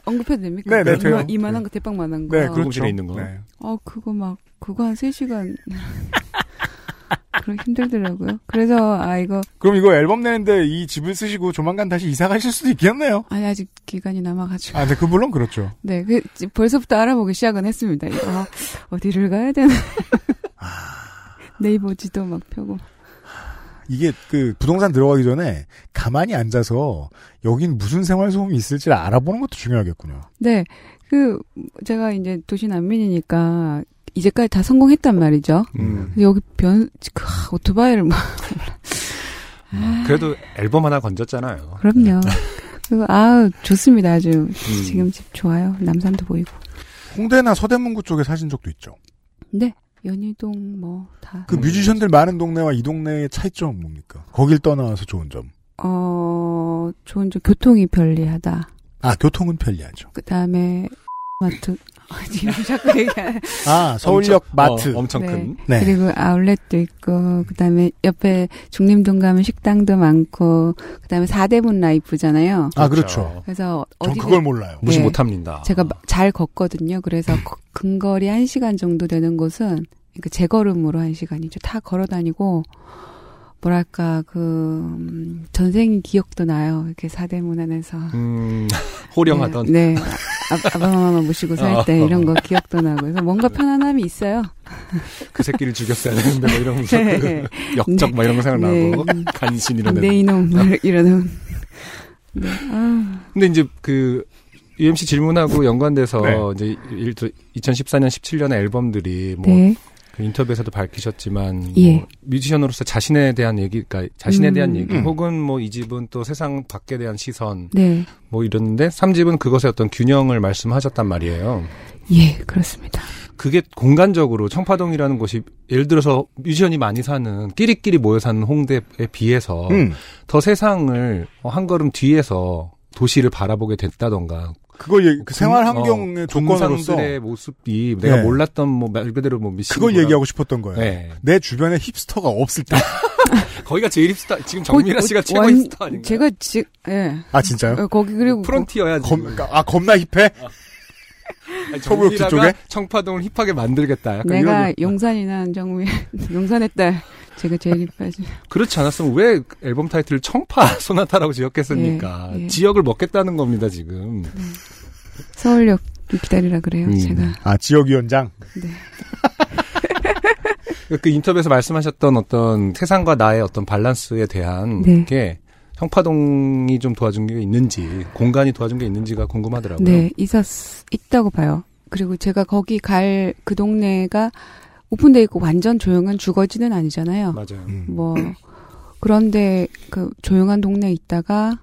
언급해도 됩니까?
네, 네, 돼요.
이만, 이만한 거 대빵만한 거.
네,
녹음실에
그렇죠.
있는 거.
네.
어, 그거 막 그거 한 3시간 그럼 힘들더라고요. 그래서 아 이거
그럼 이거 앨범 내는데 이 집을 쓰시고 조만간 다시 이사 가실 수도 있겠네요.
아니 아직 기간이 남아 가지고
아, 네, 그 물론 그렇죠.
네, 그 지- 벌써부터 알아보기 시작은 했습니다. 이거, 아, 어디를 가야 되나? 네이버 지도 막 펴고.
이게 그 부동산 들어가기 전에 가만히 앉아서 여긴 무슨 생활 소음이 있을지 알아보는 것도 중요하겠군요.
네, 그 제가 이제 도시 난민이니까 이제까지 다 성공했단 말이죠.
음.
근데 여기 변 아, 오토바이를 막 아.
그래도 앨범 하나 건졌잖아요.
그럼요. 그리고 아 좋습니다 아주
음.
지금 집 좋아요 남산도 보이고
홍대나 서대문구 쪽에 사신 적도 있죠.
네. 연희동 뭐 다.
그 뮤지션들 많은 동네와 이 동네의 차이점은 뭡니까? 거길 떠나와서 좋은 점.
어, 좋은 점 교통이 편리하다.
아, 교통은 편리하죠.
그 다음에 마트 아니 자꾸 얘기하
아, 서울역 마트.
엄청 큰.
네.
그리고 아울렛도 있고 그다음에 옆에 중림동 가면 식당도 많고 그다음에 사대문 라이프잖아요.
아, 그렇죠.
그래서
전
어디
그걸 몰라요.
무시
네.
못합니다.
제가 마- 잘 걷거든요. 그래서 거- 근거리 1시간 정도 되는 곳은 그러니까 제 걸음으로 1시간이죠. 다 걸어 다니고 뭐랄까 그 음, 전생이 기억도 나요. 이렇게 사대문 안에서
음, 호령하던.
네, 네. 아, 아바마만 모시고 살 때
어.
이런 거 기억도 나고 그래서 뭔가 편안함이 있어요.
그 새끼를 죽였어야 되는데 뭐 이런 거
네.
역적 막 이런 거 생각나고
네.
간신 이런
네
데
이놈 막 이러는. 네. 아,
근데 이제 그 UMC 질문하고 연관돼서
네.
이제 일- 2014년 17년의 앨범들이 뭐
네.
그 인터뷰에서도 밝히셨지만 뭐
예.
뮤지션으로서 자신에 대한 얘기 그러니까 자신에
음.
대한 얘기
음.
혹은 뭐 이 집은 또 세상 밖에 대한 시선
네.
뭐 이랬는데 삼집은 그것의 어떤 균형을 말씀하셨단 말이에요.
예, 그렇습니다.
그게 공간적으로 청파동이라는 곳이 예를 들어서 뮤지션이 많이 사는 끼리끼리 모여 사는 홍대에 비해서
음.
더 세상을 어, 한 걸음 뒤에서 도시를 바라보게 됐다던가
그걸 얘기, 그 생활
어,
환경의 조건으로서
공상들의 모습이 내가
네.
몰랐던 뭐 말 그대로 뭐 미신
그걸 얘기하고 싶었던 거예요.
네.
내 주변에 힙스터가 없을 때.
거기가 제일 힙스타 지금 정민아 씨가 최고
원-
힙스타 아닌가
제가 지, 예.
아,
네.
진짜요?
어, 거기 그리고
프론티어야
겁,
지금
아, 겁나 힙해?
아니,
서부역
정민아가
뒤쪽에?
청파동을 힙하게 만들겠다 약간
내가
이런 거.
용산이 난 정미 용산의 딸 제가 제일 이뻐지
그렇지 않았으면 왜 앨범 타이틀을 청파 소나타라고 지었겠습니까
예, 예.
지역을 먹겠다는 겁니다 지금
서울역 기다리라 그래요
음.
제가
아, 지역위원장?
그 인터뷰에서 말씀하셨던 어떤 세상과 나의 어떤 밸런스에 대한
네.
게 청파동이 좀 도와준 게 있는지 공간이 도와준 게 있는지가 궁금하더라고요.
네 있었 있다고 봐요 그리고 제가 거기 갈 그 동네가 오픈돼 있고 완전 조용한 주거지는 아니잖아요
맞아요.
음.
뭐 그런데 그 조용한 동네에 있다가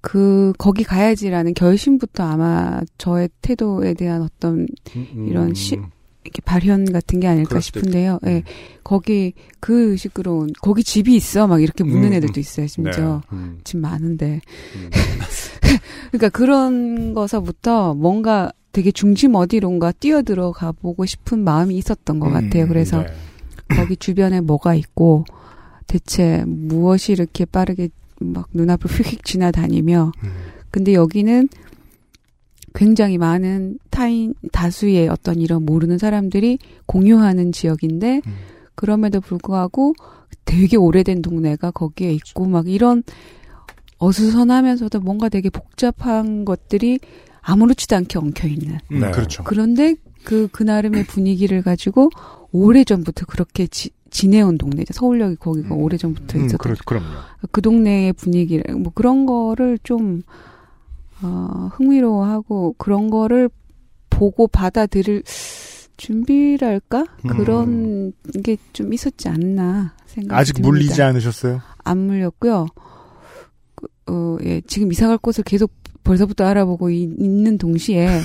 그 거기 가야지라는 결심부터 아마 저의 태도에 대한 어떤
음, 음.
이런 시- 이렇게 발현 같은 게 아닐까
그럴 수도
싶은데요.
있겠다. 음.
예. 거기 그 의식으로 온, 거기 집이 있어 막 이렇게 묻는
음,
애들도 있어요. 심지어
음,
집 많은데.
음.
그러니까 그런 거서부터 뭔가 되게 중심 어디론가 뛰어들어가 보고 싶은 마음이 있었던 것
음,
같아요. 그래서
네.
거기 주변에 뭐가 있고 대체 무엇이 이렇게 빠르게 막 눈앞을 휙휙 지나다니며
음.
근데 여기는 굉장히 많은 타인 다수의 어떤 이런 모르는 사람들이 공유하는 지역인데
음.
그럼에도 불구하고 되게 오래된 동네가 거기에 있고 막 이런 어수선하면서도 뭔가 되게 복잡한 것들이 아무렇지도 않게 엉켜 있는
음,
네.
그렇죠.
그런데 그, 그 나름의 분위기를 가지고 오래전부터 그렇게 지, 지내온 동네죠. 서울역이 거기가
음.
오래전부터
음,
있었던
그렇, 그럼요.
그 동네의 분위기를 뭐 그런 거를 좀 어, 흥미로워하고 그런 거를 보고 받아들일 준비랄까
음.
그런 게 좀 있었지 않나 생각.
아직 물리지 않으셨어요?
안 물렸고요. 그, 어, 예, 지금 이사갈 곳을 계속 벌써부터 알아보고 이- 있는 동시에
네.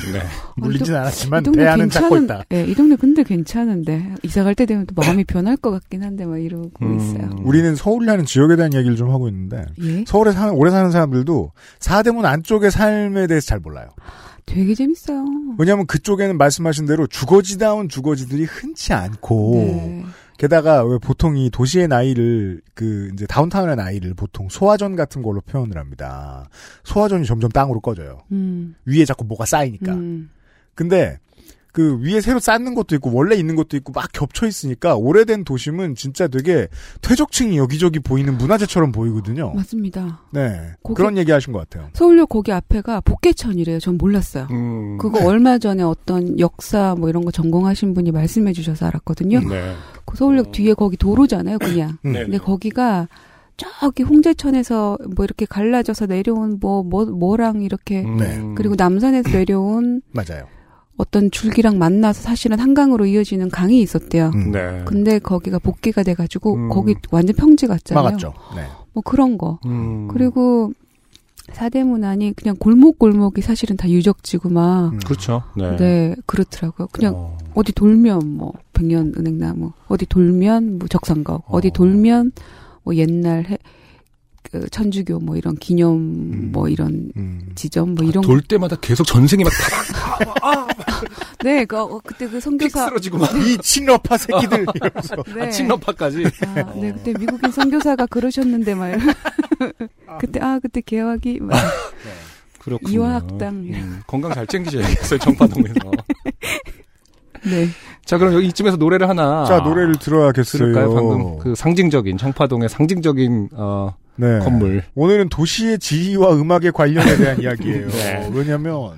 물리진 않았지만
이 동네
대안은 찾고
괜찮은,
있다.
예, 이 동네 근데 괜찮은데 이사갈 때 되면 또 마음이 변할 것 같긴 한데 막 이러고 있어요.
음.
우리는 서울이라는 지역에 대한 얘기를 좀 하고 있는데
예,
서울에 사는 오래 사는 사람들도 사대문 안쪽의 삶에 대해서 잘 몰라요.
되게 재밌어요.
왜냐하면 그쪽에는 말씀하신 대로 주거지다운 주거지들이 흔치 않고
네.
게다가 왜 보통 이 도시의 나이를 그 이제 다운타운의 나이를 보통 소화전 같은 걸로 표현을 합니다. 소화전이 점점 땅으로 꺼져요.
음,
위에 자꾸 뭐가 쌓이니까.
음.
근데 그 위에 새로 쌓는 것도 있고 원래 있는 것도 있고 막 겹쳐 있으니까 오래된 도심은 진짜 되게 퇴적층이 여기저기 보이는 문화재처럼
어.
보이거든요.
맞습니다.
네.
거기-
그런 얘기 하신 것 같아요.
서울역 거기 앞에가 복개천이래요. 전 몰랐어요.
음.
그거 얼마 전에 어떤 역사 뭐 이런 거 전공하신 분이 말씀해 주셔서 알았거든요.
네.
그 서울역
어. 음.
뒤에 거기 도로잖아요, 그냥.
네.
근데 거기가 저기 홍제천에서 뭐 이렇게 갈라져서 내려온 뭐, 뭐 뭐랑 이렇게
음.
네.
그리고 남산에서 내려온
맞아요.
어떤 줄기랑 만나서 사실은 한강으로 이어지는 강이 있었대요.
음.
네.
근데 거기가 복개가 돼가지고
음.
거기 완전 평지 같잖아요.
막았죠. 네.
뭐 그런 거.
음.
그리고
4대 문안이 그냥 골목골목이 사실은 다 유적지고 막.
음.
그렇죠. 네.
네. 그렇더라고요. 그냥 어. 디 돌면 뭐 백년 은행나무, 어디 돌면 뭐 적산각, 어. 디 돌면 뭐 옛날 해, 그 천주교 뭐 이런 기념 뭐 이런
음.
지점 뭐 이런
음. 아, 돌 때마다 계속 전생이 막 타락.
네, 그, 어, 그때 그 선교사.
쓰러지고 막.
이 친러파 새끼들 이러면서.
네.
아, 친러파까지.
아, 네, 그때 미국인 선교사가 그러셨는데 말. 그때 아 그때 개화기 막
그렇군요.
이화학당.
음, 건강 잘 챙기셔야겠어요. 정파동에서.
네.
자 그럼 여기 이쯤에서 노래를 하나.
자, 노래를 들어야겠어요.
들을까요? 방금 그 상징적인 정파동의 상징적인 어,
네.
건물.
오늘은 도시의 지위와 음악에 관련에 대한 이야기예요.
네.
왜냐면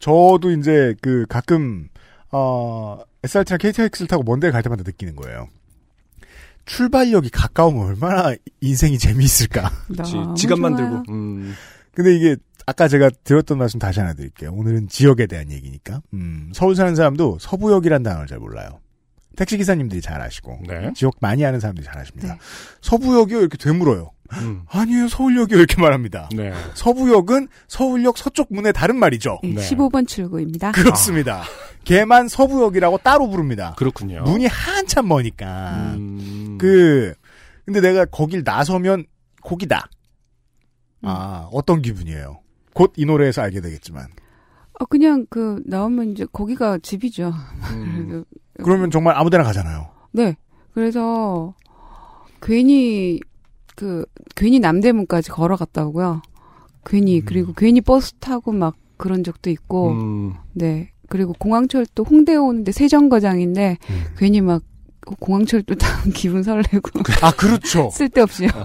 저도 이제 그 가끔 어, SRT나 KTX를 타고 먼 데를 갈 때마다 느끼는 거예요. 출발역이 가까우면 얼마나 인생이 재미있을까.
그렇지.
너무
지갑만
좋아요.
들고. 음.
근데 이게 아까 제가 드렸던 말씀 다시 하나 드릴게요. 오늘은 지역에 대한 얘기니까. 음, 서울 사는 사람도 서부역이란 단어를 잘 몰라요. 택시 기사님들이 잘 아시고
네.
지역 많이 아는 사람들이 잘 아십니다.
네.
서부역이요 이렇게 되물어요.
음.
아니에요 서울역이요 이렇게 말합니다.
네.
서부역은 서울역 서쪽 문의 다른 말이죠.
예,
네.
15번 출구입니다.
그렇습니다. 걔만 서부역이라고 따로 부릅니다.
그렇군요.
문이 한참 머니까.
음.
그 근데 내가 거길 나서면 곡이다.
음.
아 어떤 기분이에요? 곧 이 노래에서 알게 되겠지만
어, 그냥 그 나오면 이제 거기가 집이죠.
음.
그래서-
그러면 정말 아무데나 가잖아요.
네. 그래서 괜히 그 괜히 남대문까지 걸어갔다 오고요. 괜히 그리고 괜히 버스 타고 막 그런 적도 있고.
음.
네. 그리고 공항철도 홍대 오는데 세정거장인데
음.
괜히 막 공항철도 타면 기분 설레고
어.
아 그렇죠.
쓸데없이요.
음.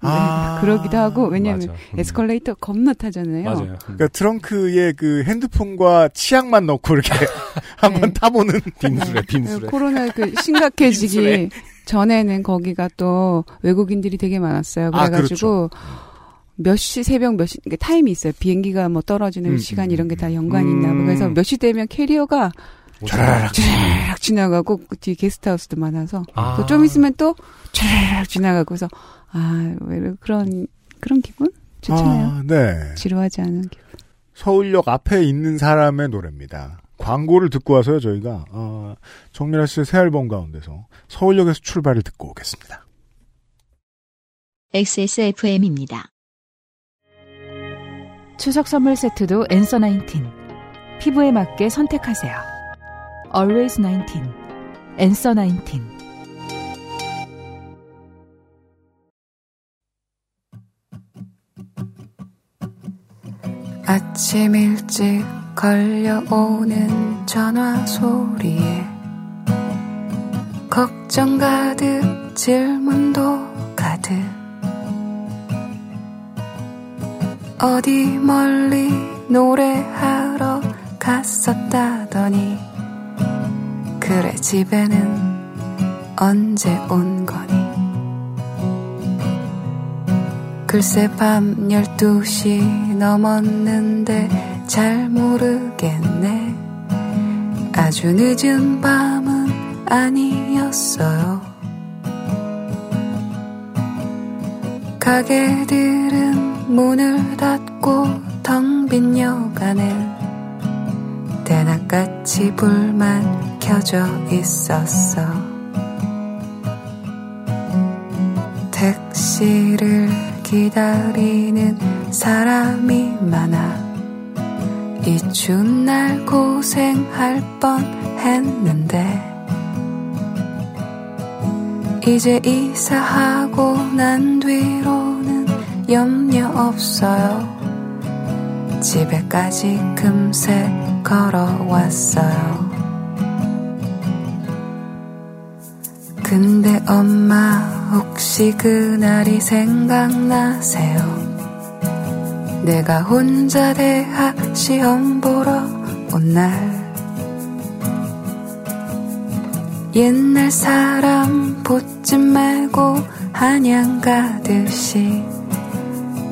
아.
네, 그러기도 하고 왜냐하면
맞아. 음.
에스컬레이터 겁나 타잖아요.
맞아요. 음.
그러니까 트렁크에 그 핸드폰과 치약만 넣고 이렇게 한번
네.
타보는
빈수레, 빈수레.
코로나 그 심각해지기
빈수레.
전에는 거기가 또 외국인들이 되게 많았어요.
아,
그래가지고 몇 시 새벽 몇 시 타임이 있어요. 비행기가 뭐 떨어지는
음,
시간
음,
이런 게 다 연관이
음.
있나. 봐. 그래서 몇 시 되면 캐리어가
촤라락.
쫙 지나가고 그 뒤에 게스트하우스도 많아서 그
아.
또좀 있으면 또 쫙 지나가고서 아왜 이래- 그런 그런 기분 좋잖아요.
아, 네.
지루하지 않은 기분.
서울역 앞에 있는 사람의 노래입니다. 광고를 듣고 와서요 저희가 어, 정미라 씨의 새 앨범 가운데서 서울역에서 출발을 듣고 오겠습니다.
XSFM입니다.
추석 선물 세트도 엔서 19. 피부에 맞게 선택하세요. Always 19. 엔서 19.
아침 일찍 걸려오는 전화 소리에 걱정 가득 질문도 가득 어디 멀리 노래하러 갔었다더니 그래 집에는 언제 온 거니 글쎄 밤 12시 넘었는데 잘 모르겠네. 아주 늦은 밤은 아니었어요. 가게들은 문을 닫고 텅 빈 여간을 대낮같이 불만 켜져 있었어. 택시를 기다리는 사람이 많아 이 추운 날 고생할 뻔 했는데 이제 이사하고 난 뒤로는 염려 없어요 집에까지 금세 걸어왔어요 근데 엄마 혹시 그날이 생각나세요? 내가 혼자 대학 시험 보러 온 날 옛날 사람 보지 말고 한양 가듯이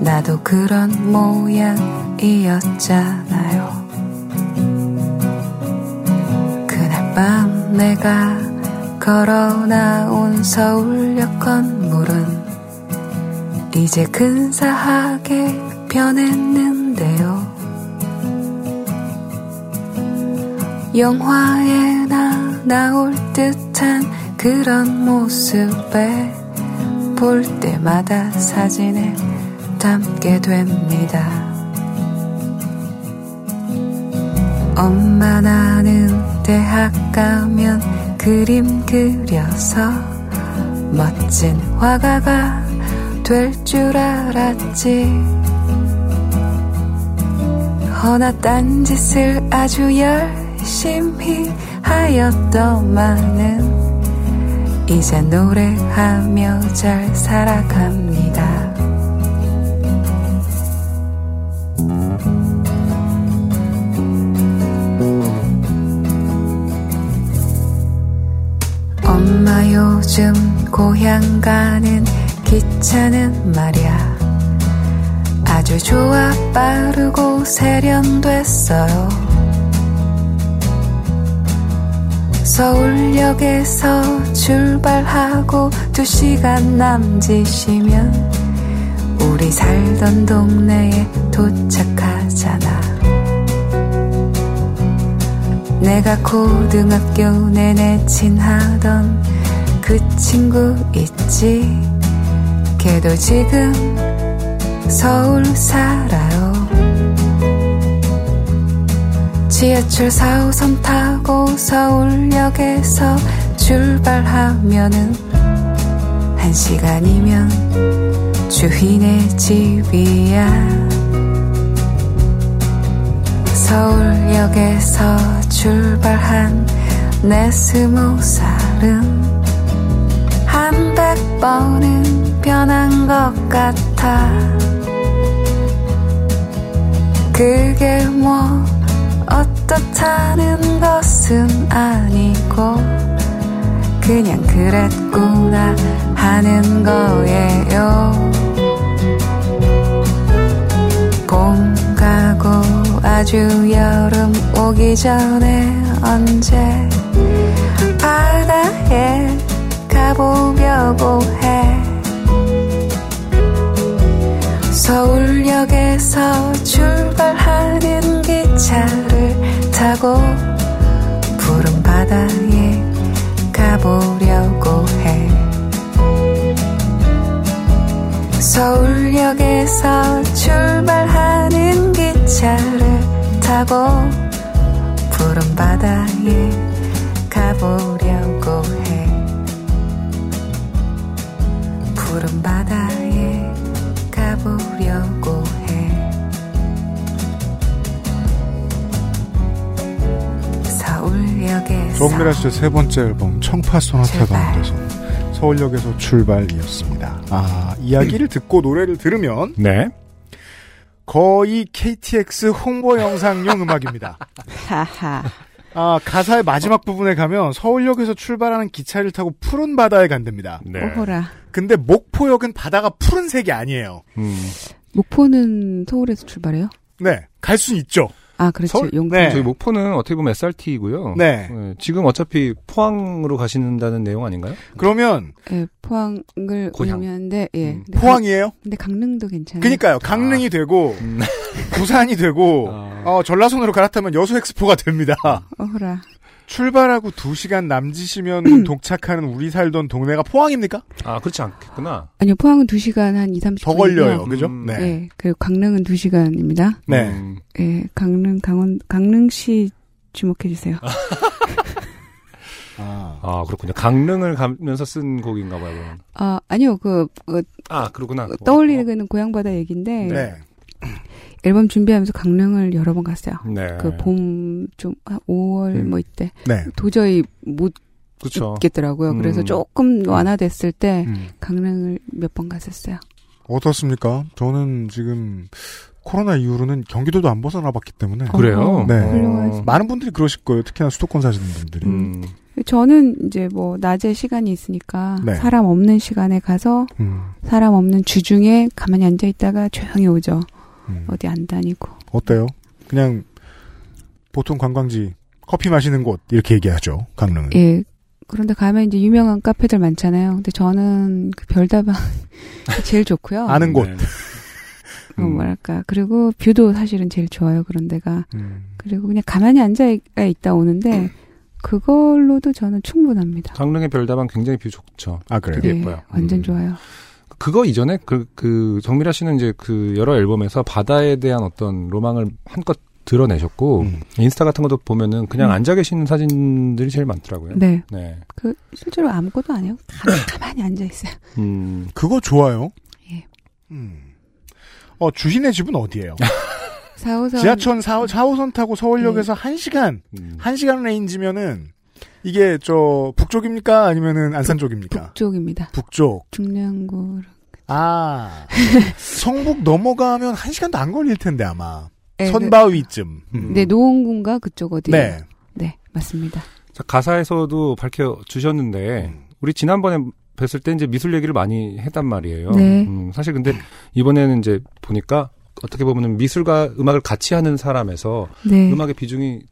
나도 그런 모양이었잖아요. 그날 밤 내가 걸어 나온 서울역 건물은 이제 근사하게 변했는데요. 영화에나 나올 듯한 그런 모습에 볼 때마다 사진에 담게 됩니다. 엄마 나는 대학 가면 그림 그려서 멋진 화가가 될 줄 알았지. 허나 딴짓을 아주 열심히 하였더만은 이제 노래하며 잘 살아갑니다. 엄마 요즘 고향 가는 기차는 말야 아주 좋아 빠르고 세련됐어요 서울역에서 출발하고 두 시간 남짓이면 우리 살던 동네에 도착하잖아 내가 고등학교 내내 친하던 그 친구 있지 걔도 지금 서울 살아요 지하철 4호선 타고 서울역에서 출발하면은 한 시간이면 주인의 집이야 서울역에서 출발한 내 스무 살은 한백 번은 변한 것 같아 그게 뭐 어떻다는 것은 아니고 그냥 그랬구나 하는 거예요 봄 가고 아주 여름 오기 전에 언제 바다에 가보려고 해 서울역에서 출발하는 기차를 타고 푸른 바다에 가보려고 해 서울역에서 출발하는 기차를 타고 푸른 바다에 가보려고 해 푸른 바다에 가보려고 해 서울역에서
조미라 씨의 세 번째 앨범 청파 소나타 가운데서 서울역에서 출발이었습니다. 아 이야기를 듣고 노래를 들으면
네.
거의 KTX 홍보 영상용 음악입니다.
하하.
아 가사의 마지막 부분에 가면 서울역에서 출발하는 기차를 타고 푸른 바다에 간답니다.
어,
오호라.
근데 목포역은 바다가 푸른색이 아니에요.
음.
목포는 서울에서 출발해요?
네, 갈 순 있죠.
아, 그렇죠. 용평.
네. 저희 목포는 어떻게 보면 SRT이고요.
네.
지금 어차피 포항으로 가시는다는 내용 아닌가요?
그러면
예, 포항을
고향.
오면데 예.
네.
근데
음. 포항이에요?
음.
강- 근데 강릉도 괜찮아요.
그니까요. 강릉이 되고
음. 네.
부산이 되고
아.
어, 전라선으로 갈아타면 여수 엑스포가 됩니다.
음.
어허라.
출발하고 2시간 남짓이면 도착하는 우리 살던 동네가 포항입니까?
아 그렇지 않겠구나.
아니요, 포항은 2시간 한 2, 30분.
더 걸려요. 그죠? 네.
예. 그리고 강릉은 2시간입니다.
네.
음.
예, 강릉 강원 강릉시 주목해 주세요.
아.
그렇군요. 강릉을 가면서 쓴 곡인가 봐요. 그건.
아, 아니요. 그, 그
아 그렇구나.
뭐,
떠올리는 고향 바다 얘기인데
네.
앨범 준비하면서 강릉을 여러 번 갔어요.
네.
그 봄 좀 5월
음.
뭐 이때
네. 어.
도저히 못
그쵸.
있겠더라고요. 그래서
음.
조금 완화됐을 때
음.
강릉을 몇 번 갔었어요.
어떻습니까? 저는 지금 코로나 이후로는 경기도도 안 벗어나 봤기 때문에.
그래요?
네.
훌륭하지.
많은 분들이 그러실 거예요. 특히나 수도권 사시는 분들이.
음.
저는 이제 뭐 낮에 시간이 있으니까
네.
사람 없는 시간에 가서
음.
사람 없는 주중에 가만히 앉아 있다가 조용히 오죠. 어디 안 다니고.
음. 어때요? 그냥 보통 관광지 커피 마시는 곳 이렇게 얘기하죠. 강릉은.
네.
예. 그런데 가면 이제 유명한 카페들 많잖아요. 근데 저는 그 별다방 제일 좋고요.
아는 곳.
그
음.
뭐랄까 그리고 뷰도 사실은 제일 좋아요 그런 데가 그리고 그냥 가만히 앉아 있다 오는데 그걸로도 저는 충분합니다.
강릉의 별다방 굉장히 뷰 좋죠.
아 그래요.
아, 되게
네,
예뻐요. 음.
완전 좋아요.
그거 이전에 그, 그, 정미라 씨는 이제 그 여러 앨범에서 바다에 대한 어떤 로망을 한껏 드러내셨고,
음.
인스타 같은 것도 보면은 그냥
음.
앉아 계시는 사진들이 제일 많더라고요.
네.
네.
그 실제로 아무것도 안 해요. 가만히, 가만히 앉아 있어요.
음.
그거 좋아요.
예.
음. 어 주신의 집은 어디예요?
4호선
지하철
음.
4호, 4호선 타고
네.
서울역에서 1시간,
음.
1시간 레인지면은 이게 저 북쪽입니까? 아니면은 안산 쪽입니까?
쪽입니다.
북쪽.
중량구
아. 성북 넘어가면 1시간도 안 걸릴 텐데 아마.
네,
선바위쯤. 음.
네 노원군가 그쪽 어디
네.
네 맞습니다.
자, 가사에서도 밝혀 주셨는데 우리 지난번에 뵀을 때 이제 미술 얘기를 많이 했단 말이에요.
네.
음, 사실 근데 이번에는 이제 보니까 어떻게 보면은 미술과 음악을 같이 하는 사람에서
네.
음악의 비중이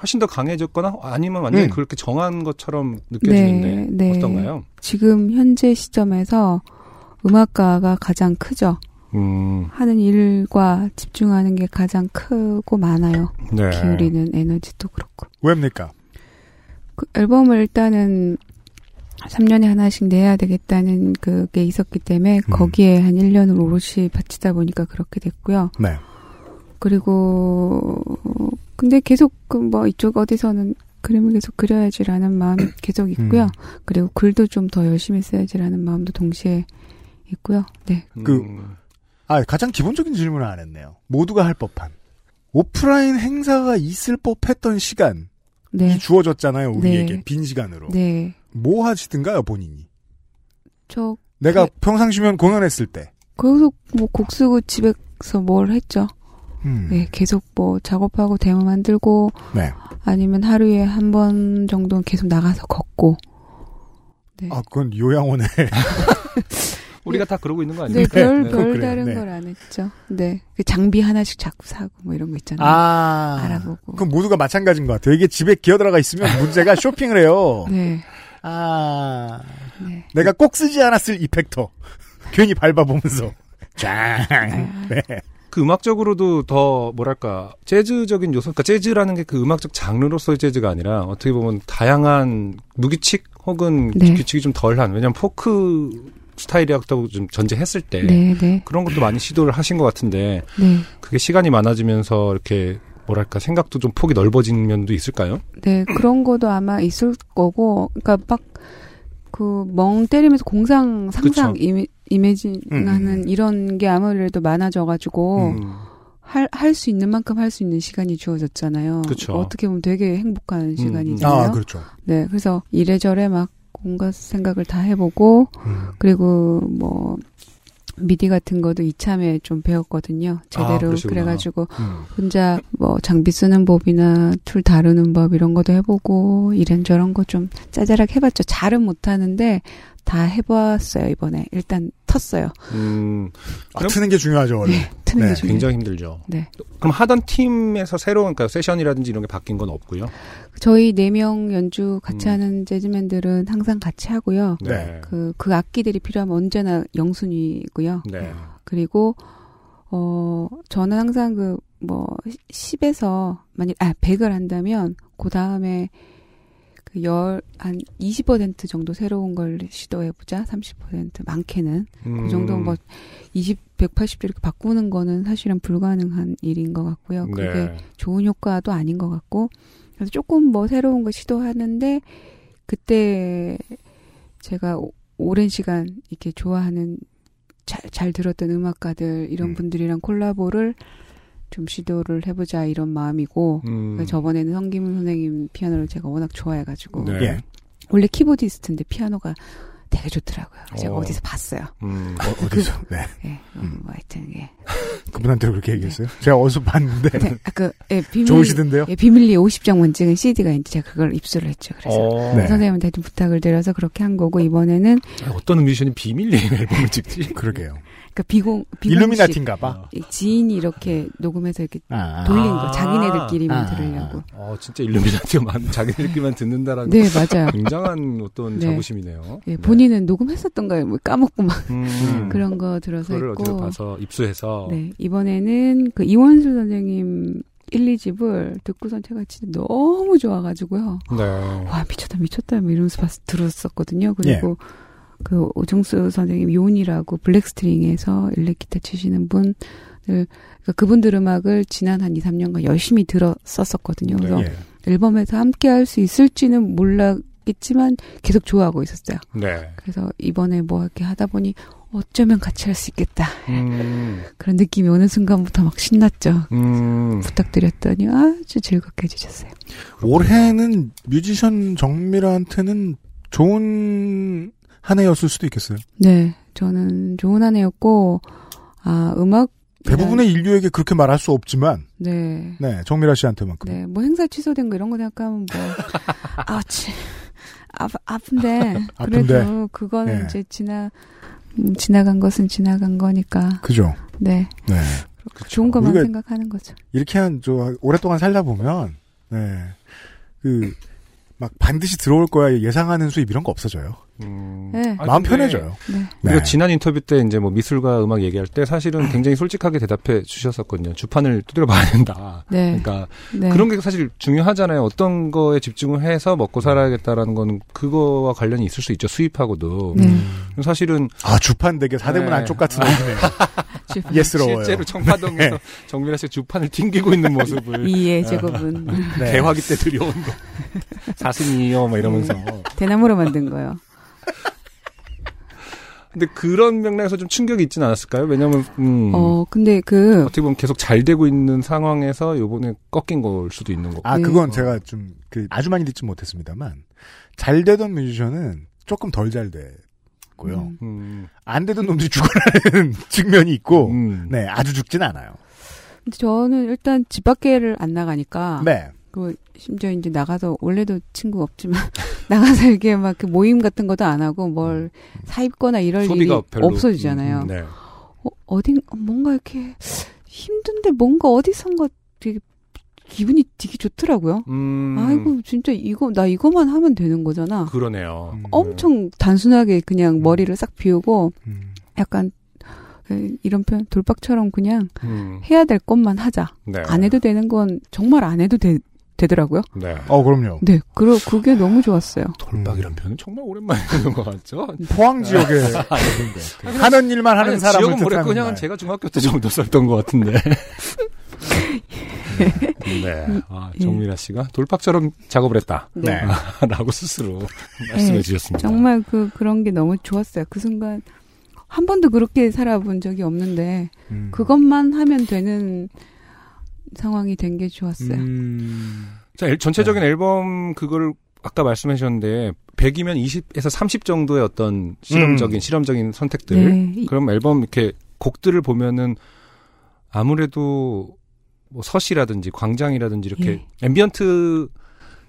훨씬 더 강해졌거나 아니면 완전히
음.
그렇게 정한 것처럼 느껴지는데
네.
어떤가요?
지금 현재 시점에서 음악가가 가장 크죠.
음,
하는 일과 집중하는 게 가장 크고 많아요.
네.
기울이는 에너지도 그렇고.
왜입니까?
그 앨범을 일단은 3년에 하나씩 내야 되겠다는 그게 있었기 때문에
음.
거기에 한 1년을 오롯이 바치다 보니까 그렇게 됐고요.
네.
그리고 근데 계속 그 뭐 이쪽 어디서는 그림을 계속 그려야지라는 마음 계속 있고요. 그리고 글도 좀 더 열심히 써야지라는 마음도 동시에 있고요. 네.
그,
음.
아, 가장 기본적인 질문을 안 했네요. 모두가 할 법한. 오프라인 행사가 있을 법했던 시간이
네.
주어졌잖아요, 우리에게.
네.
빈 시간으로.
네.
뭐 하시든가요, 본인이?
저
내가 평상시면 공연했을 때.
계속 뭐 곡 쓰고 집에서 뭘 했죠. 네, 계속 뭐 작업하고 데모 만들고
음. 네.
아니면 하루에 한 번 정도는 계속 나가서 걷고. 네.
아, 그건 요양원에.
우리가 다 그러고 있는 거 아니에요?
네, 별
네.
별다른
그래요. 네.
걸 안 했죠. 네, 그 장비 하나씩 자꾸 사고 뭐 이런 거 있잖아요.
아.
알아보고.
그건 모두가 마찬가지인 것 같아요. 이게 집에 기어들어가 있으면 문제가 쇼핑을
뭐.
해요.
네.
아.
네.
내가 꼭 쓰지 않았을 이펙터. 괜히 밟아보면서.
아.
짱. 네.
그 음악적으로도 더 뭐랄까 재즈적인 요소, 그러니까 재즈라는 게 그 음악적 장르로서의 재즈가 아니라 어떻게 보면 다양한 무규칙 혹은
네.
규칙이 좀 덜한 왜냐하면 포크 스타일이었다고 좀 전제했을 때
네, 네.
그런 것도 많이 시도를 하신 것 같은데
네.
그게 시간이 많아지면서 이렇게 뭐랄까 생각도 좀 폭이 넓어진 면도 있을까요?
네, 그런 거도 아마 있을 거고, 그러니까 막 그 멍 때리면서 공상
그쵸. 음,
상상 이미, 이미징하는 이런 게 아무래도 많아져가지고 할 할 수 있는 만큼 할 수 있는 시간이 주어졌잖아요.
그쵸. 음,
어떻게 보면 되게 행복한 시간이잖아요.
아, 그렇죠.
네, 그래서 이래저래 막 온갖 생각을 다 해보고
음.
그리고 뭐 미디 같은 것도 이참에 좀 배웠거든요. 제대로
아, 그러시구나.
그래가지고
음.
혼자 뭐 장비 쓰는 법이나 툴 다루는 법 이런 것도 해보고 이런저런 거 좀 짜잘하게 해봤죠. 잘은 못하는데 다 해봤어요 이번에 일단 텄어요.
음,
아, 트는 게 중요하죠 원래.
네,
트는 게 중요해요.
굉장히 힘들죠.
네,
그럼 하던 팀에서 새로운 그러니까 세션이라든지 이런 게 바뀐 건 없고요.
저희 네 명 연주 같이
음.
하는 재즈맨들은 항상 같이 하고요.
네.
그, 그 악기들이 필요하면 언제나 영순이고요.
네.
그리고, 어, 저는 항상 그, 뭐, 10에서, 만약, 아, 100을 한다면, 그 다음에, 그 열, 한 20% 정도 새로운 걸 시도해보자. 30% 많게는.
음.
그 정도 뭐, 20, 180도 이렇게 바꾸는 거는 사실은 불가능한 일인 것
음,
같고요. 그게
네.
좋은 효과도 아닌 것 같고. 그래서 조금 뭐 새로운 걸 시도하는데, 그때 제가 오- 오랜 시간 이렇게 좋아하는 잘, 잘 들었던 음악가들 이런
네.
분들이랑 콜라보를 좀 시도를 해보자 이런 마음이고
음.
그러니까 저번에는 성기문 선생님 피아노를 제가 워낙 좋아해가지고
네. 예.
원래 키보디스트인데 피아노가 되게 좋더라고요. 제가
어.
어. 디서 봤어요.
음.
어, 어디서? 네.
예, 뭐 하여튼 예.
그분한테 그렇게 얘기했어요? 제가 어디서 봤는데.
네, 아, 그, 예, 비밀,
좋으시던데요?
예, 비밀리 50장만 찍은 CD가 있는데 제가 그걸 입수를 했죠. 그래서
어. 네.
선생님한테 좀 부탁을 드려서 그렇게 한 거고 이번에는
어떤 뮤지션이 비밀리에 앨범을 찍지?
그러게요.
그러니까 비공 비공식 네.
일루미나티인가 봐.
이 지인이 이렇게 녹음해서 이렇게
아,
돌린 거
아.
자기네들끼리만 들으려고.
어, 진짜 일루미나티가 많, 자기들끼리만 듣는다라는.
네, 맞아요.
굉장한 어떤
네.
자부심이네요.
예, 본인은 녹음했었던가요? 뭐 까먹고 막
음.
그런 거 들어서
그걸 어디서
있고.
봐서 입수해서.
네, 이번에는 그 이원수 선생님 1, 2집을 듣고선 제가 진짜 너무 좋아가지고요.
네.
와, 미쳤다, 미쳤다, 뭐 이러면서 봤, 들었었거든요. 그리고 그 오정수 선생님 요은이라고 블랙스트링에서 일렉기타 치시는 분들, 그러니까 그분들 음악을 지난 한 2, 3년간 열심히 들었었거든요. 그래서
예.
네.
앨범에서 함께 할 수 있을지는 몰랐겠지만 계속 좋아하고 있었어요.
네.
그래서 이번에 뭐 이렇게 하다 보니 어쩌면 같이 할 수 있겠다.
음.
그런 느낌이 어느 순간부터 막 신났죠.
음.
부탁드렸더니 아주 즐겁게 해주셨어요.
올해는 뮤지션 정미라한테는 좋은 한 해였을 수도 있겠어요.
네, 저는 좋은 한 해였고, 아, 음악.
대부분의 인류에게 그렇게 말할 수 없지만,
네.
네, 정미라 씨한테만큼.
네, 뭐 행사 취소된 거 이런 거 생각하면 뭐, 아치, 아, 아픈데.
아픈데.
그래도 그거는
예.
이제 지나, 음, 지나간 것은 지나간 거니까.
그죠.
네.
네.
좋은 것만
우리가
생각하는 거죠.
이렇게 한, 저, 오랫동안 살다 보면, 네, 그, 막 반드시 들어올 거야 예상하는 수입 이런 거 없어져요.
네.
아,
마음
근데
편해져요. 네.
그리고 지난 인터뷰 때 이제 뭐 미술과 음악 얘기할 때 사실은 굉장히 솔직하게 대답해 주셨었거든요. 주판을 두드려 봐야 된다.
네.
그러니까
음.
네.
그런 게 사실 중요하잖아요. 어떤 거에 집중을 해서 먹고 살아야겠다라는 건 그거와 관련이 있을 수 있죠. 수입하고도.
네.
사실은
아 주판 되게 사대문 안쪽 같은
데
주판. 예스러워요.
네. 아, 실제로 청파동에서 정미라 씨 주판을 튕기고 있는
음.
모습을
예.
이해 예, 제곱은.
네.
개화기 때 들여온 거. 음. 사슴이요 막 이러면서.
대나무로 만든 거요.
근데 그런 맥락에서 좀 충격이 있지는 않았을까요? 왜냐면 음.
어, 근데 그,
어떻게 보면 계속 잘 되고 있는 상황에서 요번에 꺾인 걸 수도 있는 거고.
아 그건 제가 좀 그 아주 많이 듣진 못했습니다만 잘 되던 뮤지션은 조금 덜 잘 됐고요.
음.
안 되던 놈들이 죽어라는 측면이 있고,
음.
네 아주 죽진 않아요.
근데 저는 일단 집 밖에를 안
아,
나가니까.
네.
그 심지어 이제 나가서 원래도 친구 없지만 나가서 이렇게 막 그 모임 같은 것도 안 하고 뭘 사입거나 이럴
음,
일이
소비가 별로
없어지잖아요.
음, 네.
어, 어딘 뭔가 이렇게 힘든데 뭔가 어디선가 되게 기분이 되게 좋더라고요.
음.
아이고 진짜 이거 나 이거만 하면 되는 거잖아.
그러네요. 음.
엄청 단순하게 그냥 머리를 싹 비우고
음.
약간 에, 이런 표현 돌박처럼 그냥
음.
해야 될 것만 하자.
네.
안 해도 되는 건 정말 안 해도 되, 되더라고요.
네.
어 그럼요.
네, 그러 그게 너무 좋았어요.
돌박이란 표현은 정말 오랜만에 듣는 것 같죠?
음. 포항 지역에
아,
하는 일만 하는 사람을
아, 지역은 뭐랬고
뜻하는
그냥
말.
제가 중학교 때 정도 썼던 것 같은데. 네. 아, 정미라 씨가 돌박처럼 작업을 했다.
네.
아, 라고 스스로 말씀해
네,
주셨습니다.
정말 그 그런 게 너무 좋았어요. 그 순간 한 번도 그렇게 살아본 적이 없는데
음.
그것만 하면 되는 상황이 된 게 좋았어요.
음, 자, 앨- 전체적인
네.
앨범 그거를 아까 말씀해 주셨는데 100이면 20에서 30 정도의 어떤 실험적인
음.
실험적인 선택들.
네, 이-
그럼 앨범 이렇게 곡들을 보면은 아무래도 뭐 서시라든지 광장이라든지 이렇게 앰비언트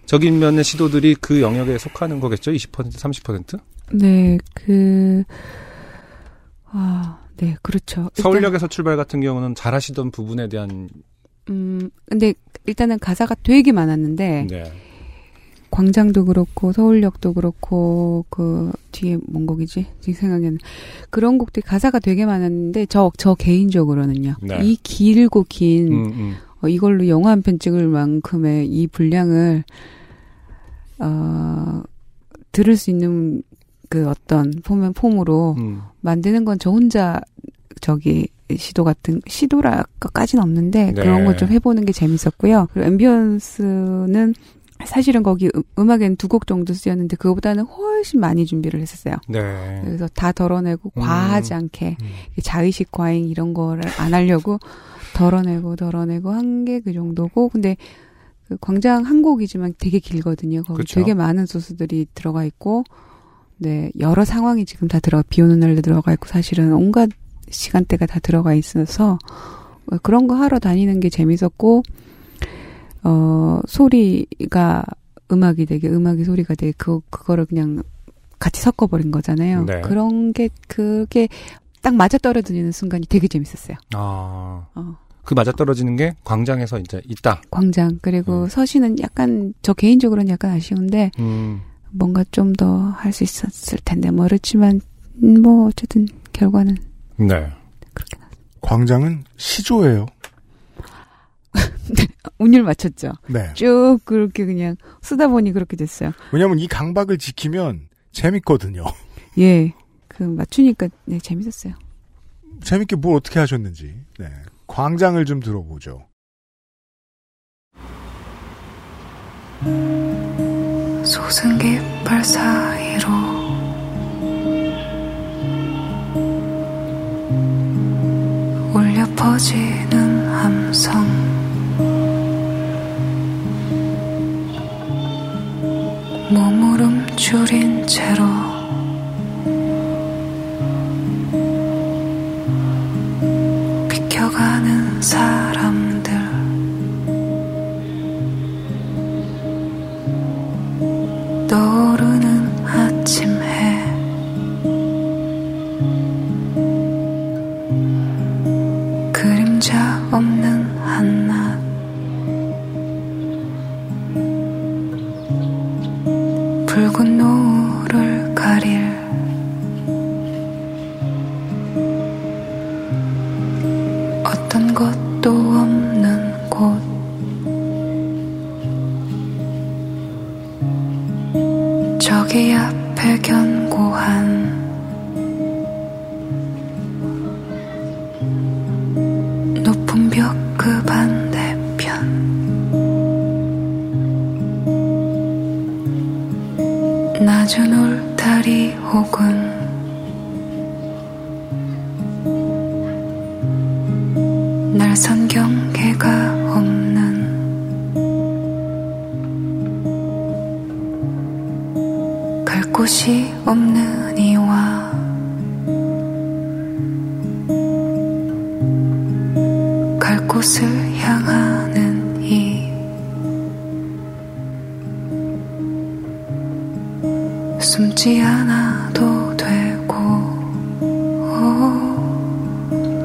적인 면의 시도들이 그 영역에 속하는 거겠죠? 20% 30%?
네, 그 아, 네, 그렇죠.
서울역에서 출발 같은 경우는 잘 하시던 부분에 대한
음, 근데 일단은 가사가 되게 많았는데
네.
광장도 그렇고 서울역도 그렇고 그 뒤에 뭔 곡이지? 지금 생각이 안 나. 그런 곡들이 가사가 되게 많았는데 저 저 개인적으로는요.
네.
이 길고 긴
음, 음.
어, 이걸로 영화 한 편 찍을 만큼의 이 분량을 어 들을 수 있는 그 어떤 폼,
음.
폼으로 만드는 건 저 혼자 저기 시도 같은 시도라까지는 없는데
네.
그런 걸 좀 해보는 게 재밌었고요. 그리고 앰비언스는 사실은 거기 음, 악엔 두 곡 정도 쓰였는데 그거보다는 훨씬 많이 준비를 했었어요.
네.
그래서 다 덜어내고
음.
과하지 않게 자의식 과잉 이런 거를 안 하려고 덜어내고 덜어내고 한 게 그 정도고 근데 그 광장 한 곡이지만 되게 길거든요. 거기
그렇죠.
그쵸.
되게 많은 소스들이 들어가 있고 네 여러 상황이 지금 다 들어 비 오는 날도 들어가 있고 사실은 온갖 시간대가 다 들어가 있어서 어, 그런 거 하러 다니는 게 재밌었고 어 소리가 음악이 되게 음악이 소리가 되게 그 그거를 그냥 같이 섞어버린 거잖아요.
네.
그런 게 그게 딱 맞아 떨어지는 순간이 되게 재밌었어요.
아.
어.
그 맞아떨어지는 게 광장에서 이제 있다.
광장 그리고
음.
서시는 약간 저 개인적으로는 약간 아쉬운데
음.
뭔가 좀 더 할 수 있었을 텐데 뭐 그렇지만 음, 뭐 어쨌든 결과는
네.
광장은 시조예요.
운율 맞췄죠.
네.
쭉 그렇게 그냥 쓰다 보니 그렇게 됐어요.
왜냐면 이 강박을 지키면 재밌거든요.
예. 그 맞추니까 네, 재밌었어요.
재밌게 뭘 어떻게 하셨는지. 네. 광장을 좀 들어보죠.
솟은 깃발 사이로 울려 퍼지는 함성 머무름 줄인 채로 비켜가는 사람들 떠오르는 아침해 그림자 없는 한낮 붉은 노을을 가릴 어떤 것도 없는 곳 저기 앞에 견고한 높은 벽 그 반대편 낮은 울타리 혹은 날선 경계가 없는 갈 곳이 없는 이와 갈 곳을 향하는 이 숨지 않아도 되고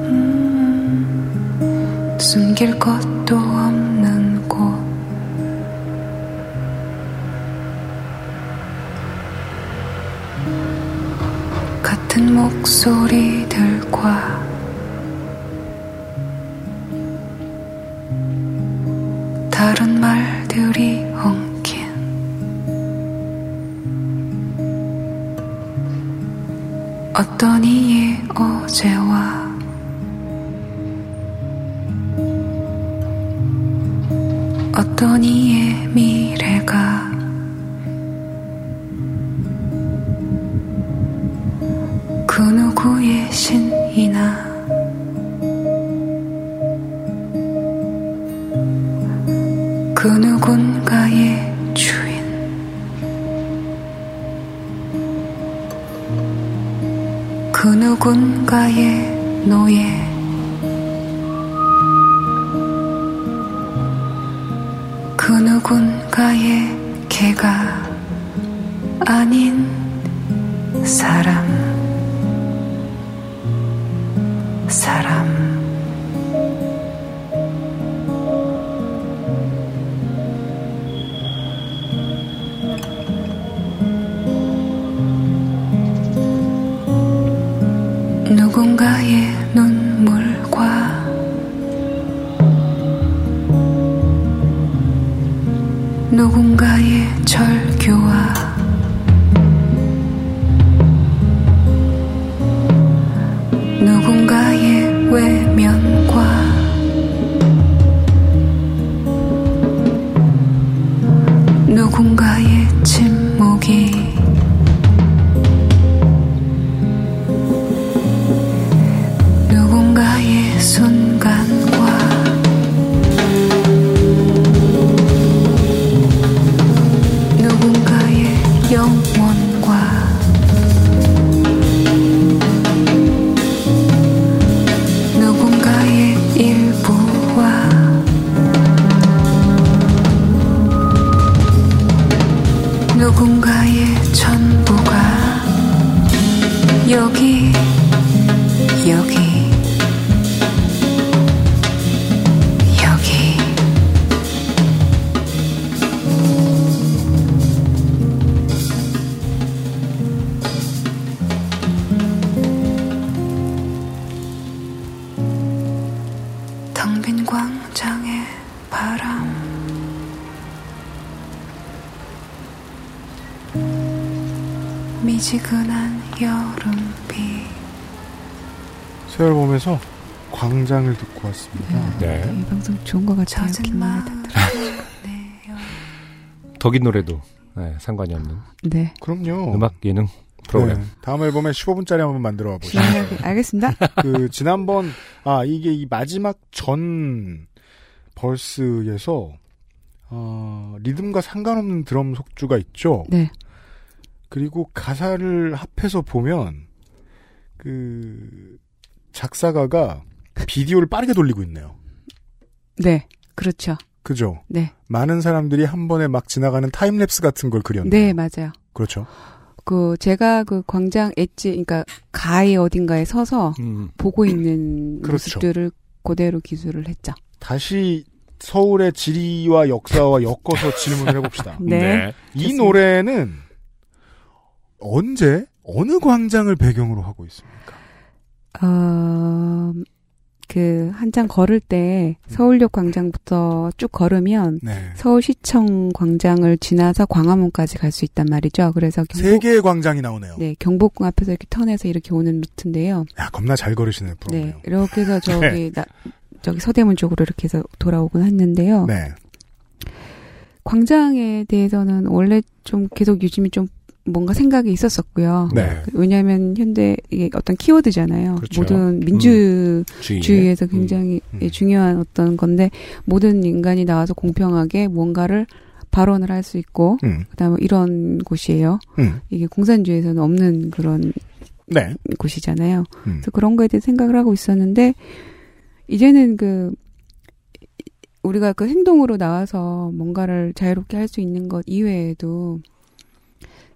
음, 숨길 것도 없는 곳 같은 목소리들과 다른 말들이 엉킨 어떤 이의 어제와 어떤 이의 미래가 그 누구의 신이나 그 누군가의 주인 그 누군가의 노예 그 누군가의 개가 아닌 사람 사람 누군가의 눈물과 누군가의 절규와 누군가의 외면과 누군가의 침묵이 누군가의 순간과 누군가의 영혼과 누군가의 일부와 누군가의 전부가 여기 미지근한 여름비
세월 보면서 광장을 듣고 왔습니다.
네.
이 방송 좋은 것 같아요. 김미애
덕인 노래도 네, 상관이 없는
네.
그럼요.
음악 예능 프로그램.
어. 네, 다음 앨범에 15분짜리 한번 만들어 와 보시죠.
네, 알겠습니다.
그 지난번 아 이게 이 마지막 전 벌스에서 어, 리듬과 상관없는 드럼 속주가 있죠.
네.
그리고 가사를 합해서 보면 그 작사가가 비디오를 빠르게 돌리고 있네요.
네. 그렇죠.
그죠?
네.
많은 사람들이 한 번에 막 지나가는 타임랩스 같은 걸 그렸네요.
네, 맞아요.
그렇죠.
그 제가 그 광장 엣지 그러니까 가에 어딘가에 서서
음.
보고 있는
그렇죠.
모습들을 그대로 기술을 했죠.
다시 서울의 지리와 역사와 엮어서 질문을 해봅시다.
네. 네.
이 노래는 언제 어느 광장을 배경으로 하고 있습니까?
어, 그 한참 걸을 때 서울역 광장부터 쭉 걸으면
네.
서울시청 광장을 지나서 광화문까지 갈 수 있단 말이죠. 그래서
세
경복
개의 광장이 나오네요.
네, 경복궁 앞에서 이렇게 턴해서 이렇게 오는 루트인데요.
야 겁나 잘 걸으시네 프로.
네, 이렇게 해서 저기
네.
나, 저기 서대문 쪽으로 이렇게 해서 돌아오곤 했는데요.
네.
광장에 대해서는 원래 좀 계속 요즘에 좀 뭔가 생각이 있었었고요.
네.
왜냐하면 현대 이게 어떤 키워드잖아요.
그렇죠. 예. 음.
모든
음,
민주주의에서
주의에.
굉장히 예, 중요한 어떤 건데 모든 인간이 나와서 공평하게 뭔가를 발언을 할 수 있고
음.
그다음에 이런 곳이에요.
음.
이게 공산주의에서는 없는 그런
네.
곳이잖아요.
음.
그래서 그런 거에 대해 생각을 하고 있었는데 이제는 그 우리가 그 행동으로 나와서 뭔가를 자유롭게 할 수 있는 것 이외에도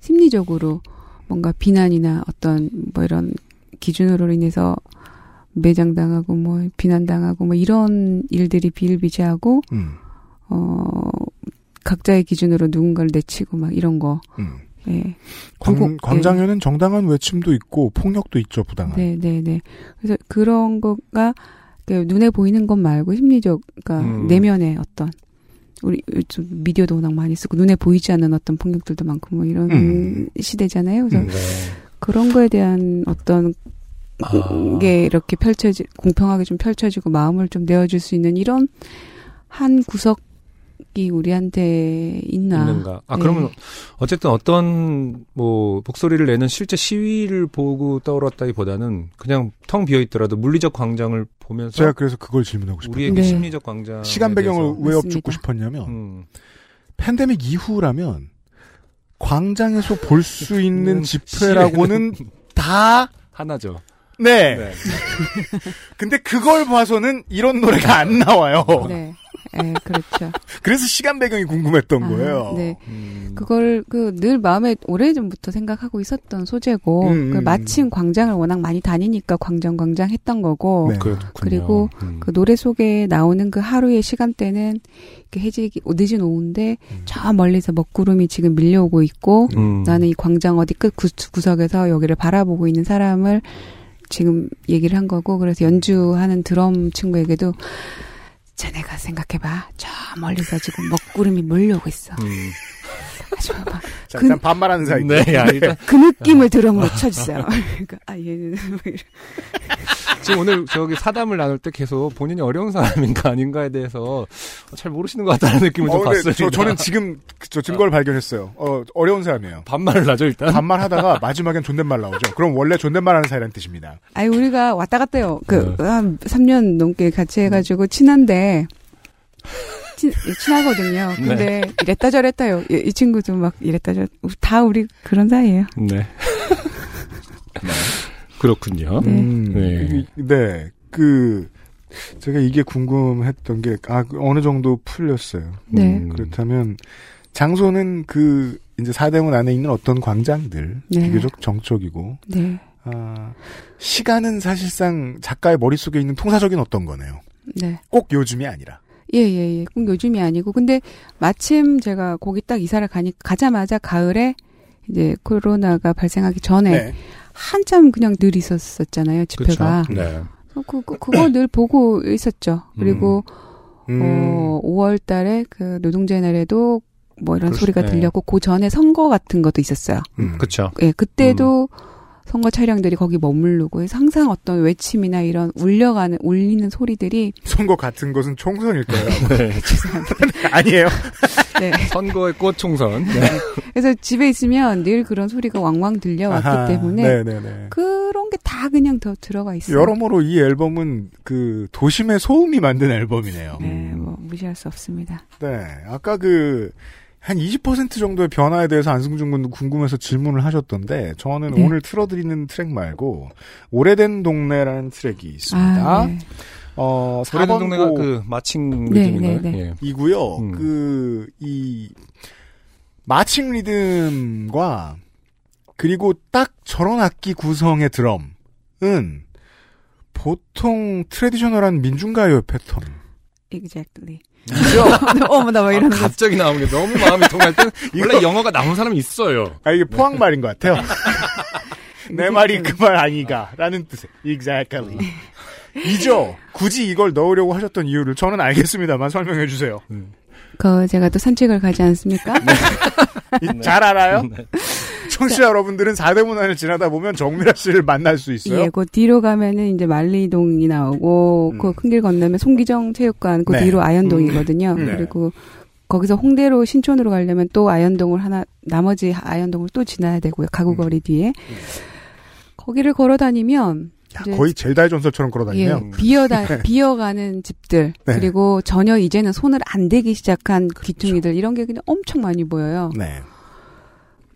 심리적으로 뭔가 비난이나 어떤 뭐 이런 기준으로 인해서 매장당하고 뭐 비난당하고 뭐 이런 일들이 비일비재하고
음.
어 각자의 기준으로 누군가를 내치고 막 이런 거
음.
예.
광,
불공- 예.
광장에는 정당한 외침도 있고 폭력도 있죠 부당한.
네, 네, 네. 그래서 그런 거가 그 눈에 보이는 것 말고 심리적, 그러니까
음.
내면의 어떤 우리 좀 미디어도 워낙 많이 쓰고 눈에 보이지 않는 어떤 폭력들도 많고 뭐 이런
음.
시대잖아요. 그래서
음.
네.
그런 거에 대한 어떤
아.
게 이렇게 펼쳐지 공평하게 좀 펼쳐지고 마음을 좀 내어줄 수 있는 이런 한 구석이 우리한테 있나?
있는가? 아
네.
그러면 어쨌든 어떤 뭐 목소리를 내는 실제 시위를 보고 떠올랐다기보다는 그냥 텅 비어 있더라도 물리적 광장을 보면서
제가 그래서 그걸 질문하고 싶어요.
우리에게
네.
심리적 광장
시간 배경을 왜
맞습니다.
업죽고 싶었냐면
음.
팬데믹 이후라면 광장에서 볼 수 있는
음,
집회라고는 다
하나죠.
네.
네.
근데 그걸 봐서는 이런 노래가 안 나와요.
네, 네, 그렇죠.
그래서 시간 배경이 궁금했던
아,
거예요.
네.
음.
그걸 그 늘 마음에 오래전부터 생각하고 있었던 소재고
음,
그
음,
마침 광장을 워낙 많이 다니니까 광장 광장 했던 거고
네.
그렇군요.
그리고
음.
그 노래 속에 나오는 그 하루의 시간대는 이렇게 해지기 어, 늦은 오후인데
음.
저 멀리서 먹구름이 지금 밀려오고 있고
음.
나는 이 광장 어디 끝 구- 구석에서 여기를 바라보고 있는 사람을 지금 얘기를 한 거고 그래서 연주하는 드럼 친구에게도 자네가 생각해봐 저 멀리서 지금 먹구름이 몰려오고 있어
음.
하지 마봐
자,
근-
일단 반말하는 사이.
네, 야, 일단
그 느낌을 드럼으로 쳐주세요. 그러니까 아 얘는 뭐 이런.
지금 오늘 저기 사담을 나눌 때 계속 본인이 어려운 사람인가 아닌가에 대해서 잘 모르시는 것 같다는 느낌을
어,
좀
근데
받습니다.
저, 저는 지금 그저 증거를 발견했어요. 어, 어려운 사람이에요.
반말을 하죠
아.
일단.
반말하다가 마지막엔 존댓말 나오죠. 그럼 원래 존댓말하는 사이라는 뜻입니다.
아니 우리가 왔다 갔다요.
네.
그한 3년 넘게 같이 해가지고 친한데 친, 친하거든요.
네.
근데 이랬다 저랬다요. 이, 이 친구도 막 이랬다 저다 우리 그런 사이예요.
네. 그렇군요.
네.
네.
이- 네. 그, 제가 이게 궁금했던 게, 아, 그 어느 정도 풀렸어요.
네.
음.
그렇다면, 장소는 그, 이제 사대문 안에 있는 어떤 광장들,
네.
비교적 정적이고,
네,
아, 시간은 사실상 작가의 머릿속에 있는 통사적인 어떤 거네요.
네,
꼭 요즘이 아니라.
예예예. 꼭 요즘이 아니고 근데 마침 제가 거기 딱 이사를 가니 가자마자 가을에 이제 코로나가 발생하기 전에
네.
한참 그냥 늘 있었었잖아요 집회가.
네. 그쵸? 네.
어, 그, 그, 그거 늘 보고 있었죠. 그리고,
음,
어, 5월 달에 그 노동자의 날에도 뭐
그렇죠.
이런
그럴 수-
소리가
네.
들렸고 그 전에 선거 같은 것도 있었어요.
음.
그렇죠.
예, 그때도 선거 차량들이 거기 머무르고 해서 항상 어떤 외침이나 이런 울려가는 울리는 소리들이
선거 같은 것은 총선일 거예요.
네.
아니에요.
선거의 꽃총선. 네.
그래서 집에 있으면 늘 그런 소리가 왕왕 네, 들려왔기
아하,
때문에
네네네.
그런 게 다 그냥 더 들어가 있어요.
여러모로 이 앨범은 그 도심의 소음이 만든 앨범이네요.
네, 뭐 무시할 수 없습니다.
네. 아까 그, 한 20% 정도의 변화에 대해서 안승준 군도 궁금해서 질문을 하셨던데, 저는
네.
오늘 틀어드리는 트랙 말고, 오래된 동네라는 트랙이 있습니다.
아, 네.
어,
오래된
4번
동네가
곡
그 마칭
네,
느낌인가요?
네, 네.
예.
이고요.
음.
그, 이, 마칭 리듬과, 그리고 딱 저런 악기 구성의 드럼은, 보통 트레디셔널한 민중가요 패턴.
exactly.
그죠?
어머나 막
아,
이런 거.
갑자기 나오는 게 너무 마음이 통할 때 원래
이거-
영어가 나온 사람이 있어요.
아, 이게 포항 말인 것 같아요. 내 말이 그 말 아니가. 라는 뜻의 exactly. 이죠? 굳이 이걸 넣으려고 하셨던 이유를 저는 알겠습니다만 설명해 주세요.
그 제가 또 산책을 가지
아,
않습니까?
이- 잘 알아요? 청취자 여러분들은 4대 문화를 지나다 보면 정미라 씨를 만날 수 있어요.
예, 그 뒤로 가면은 이제 만리동이 나오고 그 큰 길 건너면 송기정 체육관 그
음. 네.
뒤로 아현동이거든요.
음. 네.
그리고 거기서 홍대로 신촌으로 가려면 또 아현동을 하나 나머지 아현동을 또 지나야 되고요.
음.
가구거리 뒤에 거기를 걸어 다니면
야, 거의 젤다의 전설처럼
네. 예,
걸어다니네요.
비어다 비어가는 집들
네.
그리고 전혀 이제는 손을 안 대기 시작한
그렇죠.
귀퉁이들 이런 게 그냥 엄청 많이 보여요.
네.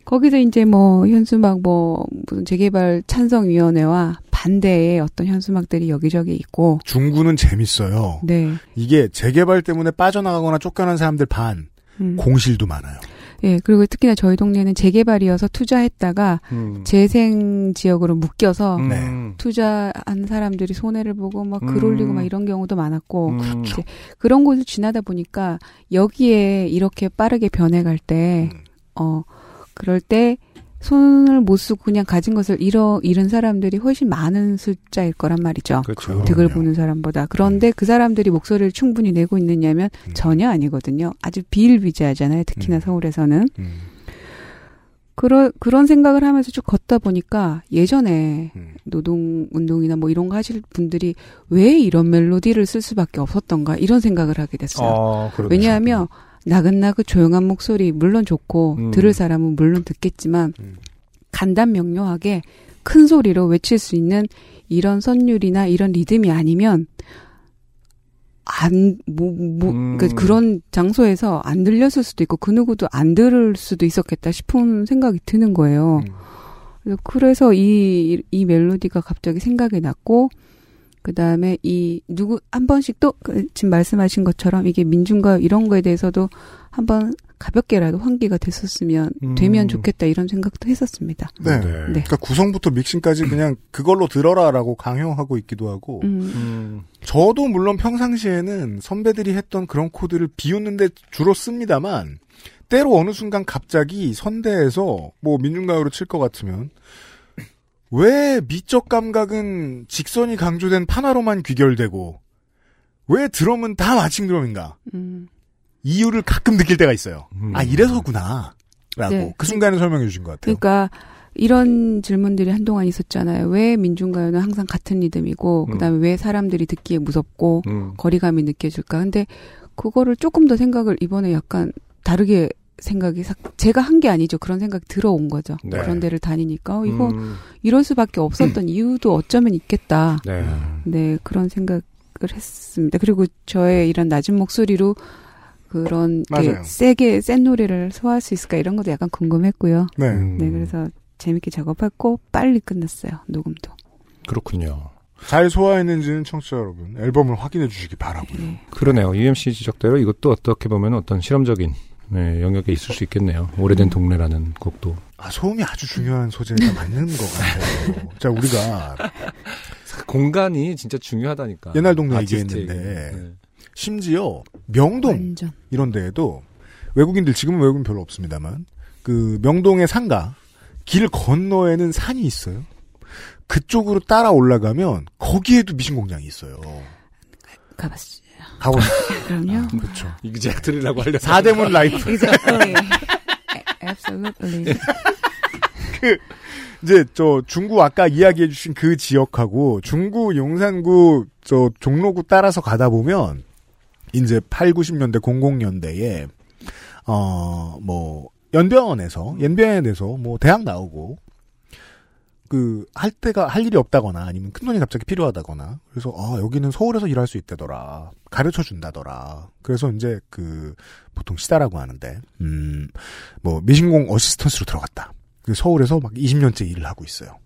거기서 이제 뭐 현수막 뭐 무슨 재개발 찬성위원회와 반대의 어떤 현수막들이 여기저기 있고
중구는 재밌어요.
네,
이게 재개발 때문에 빠져나가거나 쫓겨난 사람들 반,
음.
공실도 많아요.
예 그리고 특히나 저희 동네는 재개발이어서 투자했다가
음.
재생 지역으로 묶여서
음.
네.
투자한 사람들이 손해를 보고 막 글
음.
올리고 막 이런 경우도 많았고
음.
이제 그런 곳을 지나다 보니까 여기에 이렇게 빠르게 변해갈 때,
음.
음.
어, 그럴 때 손을 못 쓰고 그냥 가진 것을 잃어, 잃은 사람들이 훨씬 많은 숫자일 거란 말이죠.
그렇죠.
득을
그럼요.
보는 사람보다. 그런데 그 사람들이 목소리를 충분히 내고 있느냐면
음.
전혀 아니거든요. 아주 비일비재하잖아요. 특히나
음.
서울에서는.
음.
그런, 그런 생각을 하면서 쭉 걷다 보니까 예전에
음.
노동운동이나 뭐 이런 거 하실 분들이 왜 이런 멜로디를 쓸 수밖에 없었던가 이런 생각을 하게 됐어요.
아, 그러네요.
왜냐하면 나긋나긋 조용한 목소리 물론 좋고
음.
들을 사람은 물론 듣겠지만
음.
간단 명료하게 큰 소리로 외칠 수 있는 이런 선율이나 이런 리듬이 아니면 안뭐뭐 그러니까
음.
그런 장소에서 안 들렸을 수도 있고 그 누구도 안 들을 수도 있었겠다 싶은 생각이 드는 거예요.
음.
그래서- 그래서 이, 이 멜로디가 갑자기 생각이 났고, 그 다음에 이, 누구, 한 번씩 또, 그 지금 말씀하신 것처럼 이게 민중과 이런 거에 대해서도 한번 가볍게라도 환기가 됐었으면,
음.
되면 좋겠다 이런 생각도 했었습니다.
네.
네.
네.
그러니까 구성부터 믹싱까지 그냥 그걸로 들어라라고 강요하고 있기도 하고
음,
음.
저도 물론 평상시에는 선배들이 했던 그런 코드를 비웃는데 주로 씁니다만 때로 어느 순간 갑자기 선대에서 뭐 민중가요로 칠 것 같으면 왜 미적 감각은 직선이 강조된 판화로만 귀결되고 왜 드럼은 다 마칭 드럼인가
음.
이유를 가끔 느낄 때가 있어요.
음.
아 이래서구나. 라고
네.
그 순간에 설명해 주신 것 같아요.
그러니까, 이런 질문들이 한동안 있었잖아요. 왜 민중가요는 항상 같은 리듬이고, 그 다음에 왜 사람들이 듣기에 무섭고,
음.
거리감이 느껴질까. 근데 그거를 조금 더 생각을 이번에 약간 다르게 생각이 삭- 제가 한 게 아니죠. 그런 생각이 들어온 거죠.
네.
그런 데를 다니니까 어, 이거
음.
이럴 수밖에 없었던 이유도 어쩌면 있겠다.
네.
네 그런 생각을 했습니다. 그리고 저의 이런 낮은 목소리로 그런 게
맞아요.
세게 센 노래를 소화할 수 있을까 이런 것도 약간 궁금했고요.
네.
음.
네 그래서 재밌게 작업했고 빨리 끝났어요 녹음도.
그렇군요.
잘 소화했는지는 청취자 여러분 앨범을 확인해 주시기 바라고요.
그러네요. UMC 지적대로 이것도 어떻게 보면 어떤 실험적인 네, 영역에 있을 수 있겠네요. 오래된 동네라는 곡도
아 소음이 아주 중요한 소재가 맞는 것 같아요. 자 우리가
그 공간이 진짜 중요하다니까.
옛날 동네
아티스트에게.
얘기했는데.
네.
심지어 명동
완전.
이런 데에도 외국인들 지금은 외국인 별로 없습니다만 그 명동의 상가 길 건너에는 산이 있어요. 그쪽으로 따라 올라가면 거기에도 미신 공장이 있어요.
가봤어요.
가고
그럼요.
그렇죠.
이제 들으려고 하려.
4대문 라이프. 아.
Exactly. 네. Absolutely.
그 이제 저 중구 아까 이야기해 주신 그 지역하고 중구 용산구 저 종로구 따라서 가다 보면 이제 8, 90년대 00년대에 어뭐 연변에서 연변에서 뭐 대학 나오고 그 할 때가 할 일이 없다거나 아니면 큰 돈이 갑자기 필요하다거나 그래서 아 여기는 서울에서 일할 수 있다더라 가르쳐 준다더라 그래서 이제 그 보통 시다라고 하는데 음, 음뭐 미신공 어시스턴스로 들어갔다 그 서울에서 막 20년째 일을 하고 있어요.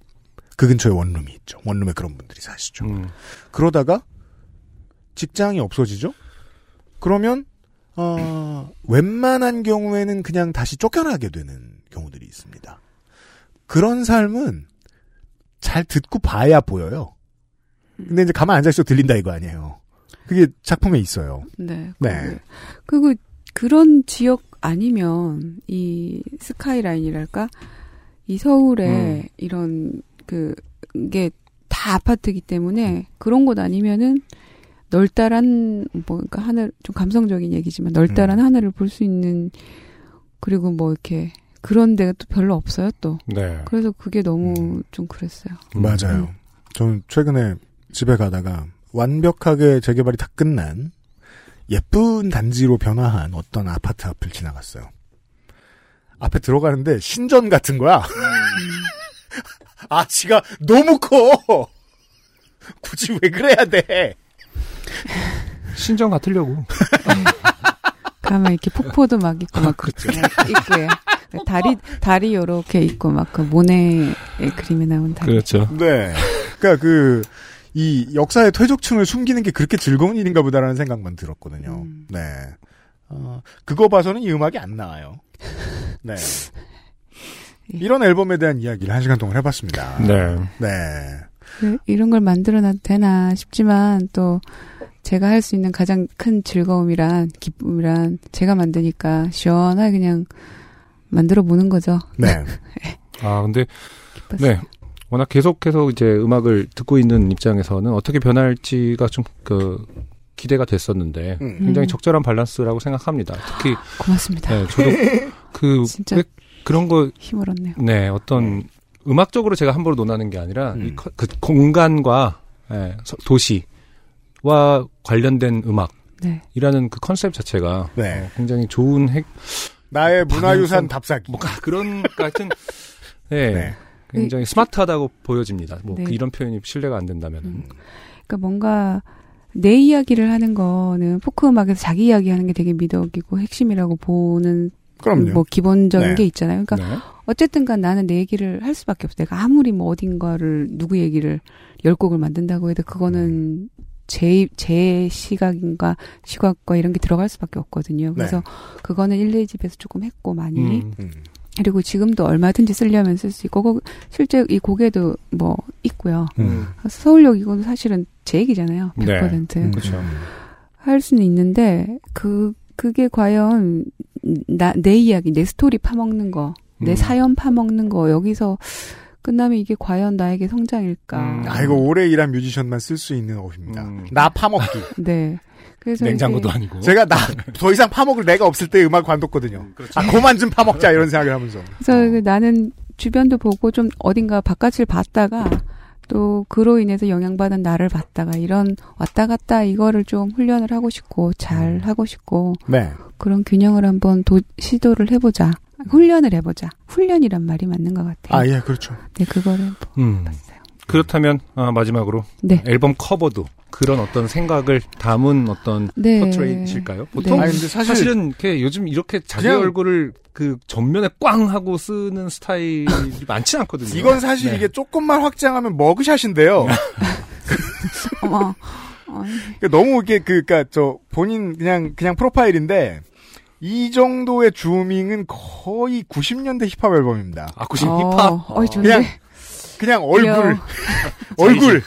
그 근처에 원룸이 있죠. 원룸에 그런 분들이 사시죠.
음.
그러다가 직장이 없어지죠. 그러면 어, 웬만한 경우에는 그냥 다시 쫓겨나게 되는 경우들이 있습니다. 그런 삶은 잘 듣고 봐야 보여요. 근데 이제 가만 앉아 있어 들린다 이거 아니에요. 그게 작품에 있어요.
네.
네.
그리고 그런 지역 아니면 이 스카이라인이랄까 이 서울에
음.
이런 그게 다 아파트기 때문에 그런 곳 아니면은 넓다란 뭐 그러니까 하늘 좀 감성적인 얘기지만 넓다란 하늘을 볼 수 있는 그리고 뭐 이렇게 그런 데가 또 별로 없어요 또
네.
그래서 그게 너무 좀 그랬어요.
맞아요. 저는 최근에 집에 가다가 완벽하게 재개발이 다 끝난 예쁜 단지로 변화한 어떤 아파트 앞을 지나갔어요. 앞에 들어가는데 신전 같은 거야. 아치가 너무 커. 굳이 왜 그래야 돼?
신정 같으려고.
가면 이렇게 폭포도 막 있고
아,
막 그렇죠. 있고요. 그 다리 다리 요렇게 있고 막 그 모네 그림에 나온 다리.
그렇죠.
네. 그러니까 그 이 역사의 퇴적층을 숨기는 게 그렇게 즐거운 일인가 보다라는 생각만 들었거든요. 네. 어, 그거 봐서는 이 음악이 안 나와요. 네. 이런 앨범에 대한 이야기를 한 시간 동안 해봤습니다.
네.
네.
그- 이런 걸 만들어놔도 되나 싶지만 또 제가 할 수 있는 가장 큰 즐거움이란 기쁨이란 제가 만드니까 시원하게 그냥 만들어 보는 거죠.
네.
아, 근데, 네. 워낙 계속해서 이제 음악을 듣고 있는 입장에서는 어떻게 변할지가 좀 그 기대가 됐었는데
음.
굉장히
음.
적절한 밸런스라고 생각합니다. 특히
고맙습니다.
네, 저도 그
진짜
왜 그런 거
힘을 얻네요.
네, 어떤 음악적으로 제가 함부로 논하는 게 아니라 이 커- 그 공간과 예, 서- 도시와 관련된
네.
음악이라는 그 컨셉 자체가
네.
어, 굉장히 좋은 핵
나의 문화유산
방송-
답사기.
뭔가 그런 같은 네,
네.
굉장히 스마트하다고 보여집니다. 뭐
네.
그 이런 표현이 신뢰가 안 된다면 은
그러니까 뭔가 내 이야기를 하는 거는 포크 음악에서 자기 이야기 하는 게 되게 미덕이고 핵심이라고 보는
그럼요.
뭐 기본적인
네.
게 있잖아요. 그러니까 어쨌든간 나는 내 얘기를 할 수밖에 없어. 내가 아무리 뭐 어딘가를 누구 얘기를 열 곡을 만든다고 해도
음.
그거는 제, 제 시각인가 시각과 이런 게 들어갈 수밖에 없거든요. 그래서
네.
그거는 일레이 집에서 조금 했고 많이
음.
음.
그리고 지금도 얼마든지 쓰려면 쓸 수 있고 거- 실제 이 곡에도 뭐 있고요.
음.
서울역 이건 사실은 제 얘기잖아요. 100%.
네. 그렇죠.
음.
할 수는 있는데 그 그게 과연 나 내 이야기 내 스토리 파먹는 거 내
음.
사연 파먹는 거 여기서 끝나면 이게 과연 나에게 성장일까?
음.
아, 이거 오래 일한 뮤지션만 쓸 수 있는 어휘입니다.
음.
나 파먹기.
네. 그래서
냉장고도
이제
아니고
제가 나 더 이상 파먹을 내가 없을 때 음악 관뒀거든요. 아, 그만 좀 파먹자 이런 생각을 하면서.
그래서 그 나는 주변도 보고 좀 어딘가 바깥을 봤다가 또 그로 인해서 영향받은 나를 봤다가 이런 왔다 갔다 이거를 좀 훈련을 하고 싶고 잘
음.
하고 싶고
네.
그런 균형을 한번 도- 시도를 해보자. 훈련을 해보자. 훈련이란 말이 맞는 것 같아요.
아, 예, 그렇죠.
네, 그거를
음. 그렇다면 아, 마지막으로
네.
앨범 커버도 그런 어떤 생각을 담은 어떤
네.
포트레이실까요? 보통
네.
아니, 근데 사실-
사실은 이렇게 요즘 이렇게 자기
그냥-
얼굴을 그 전면에 꽝 하고 쓰는 스타일이 많지 않거든요.
이건 사실
네.
이게 조금만 확장하면 머그샷인데요.
어머. 아니,
그러니까 너무 이게 그, 그니까 저 본인 그냥, 그냥 프로파일인데, 이 정도의 주밍은 거의 90년대 힙합 앨범입니다.
아, 구십
어,
힙합
어이 좋네.
그냥, 그냥 얼굴,
귀여워.
얼굴,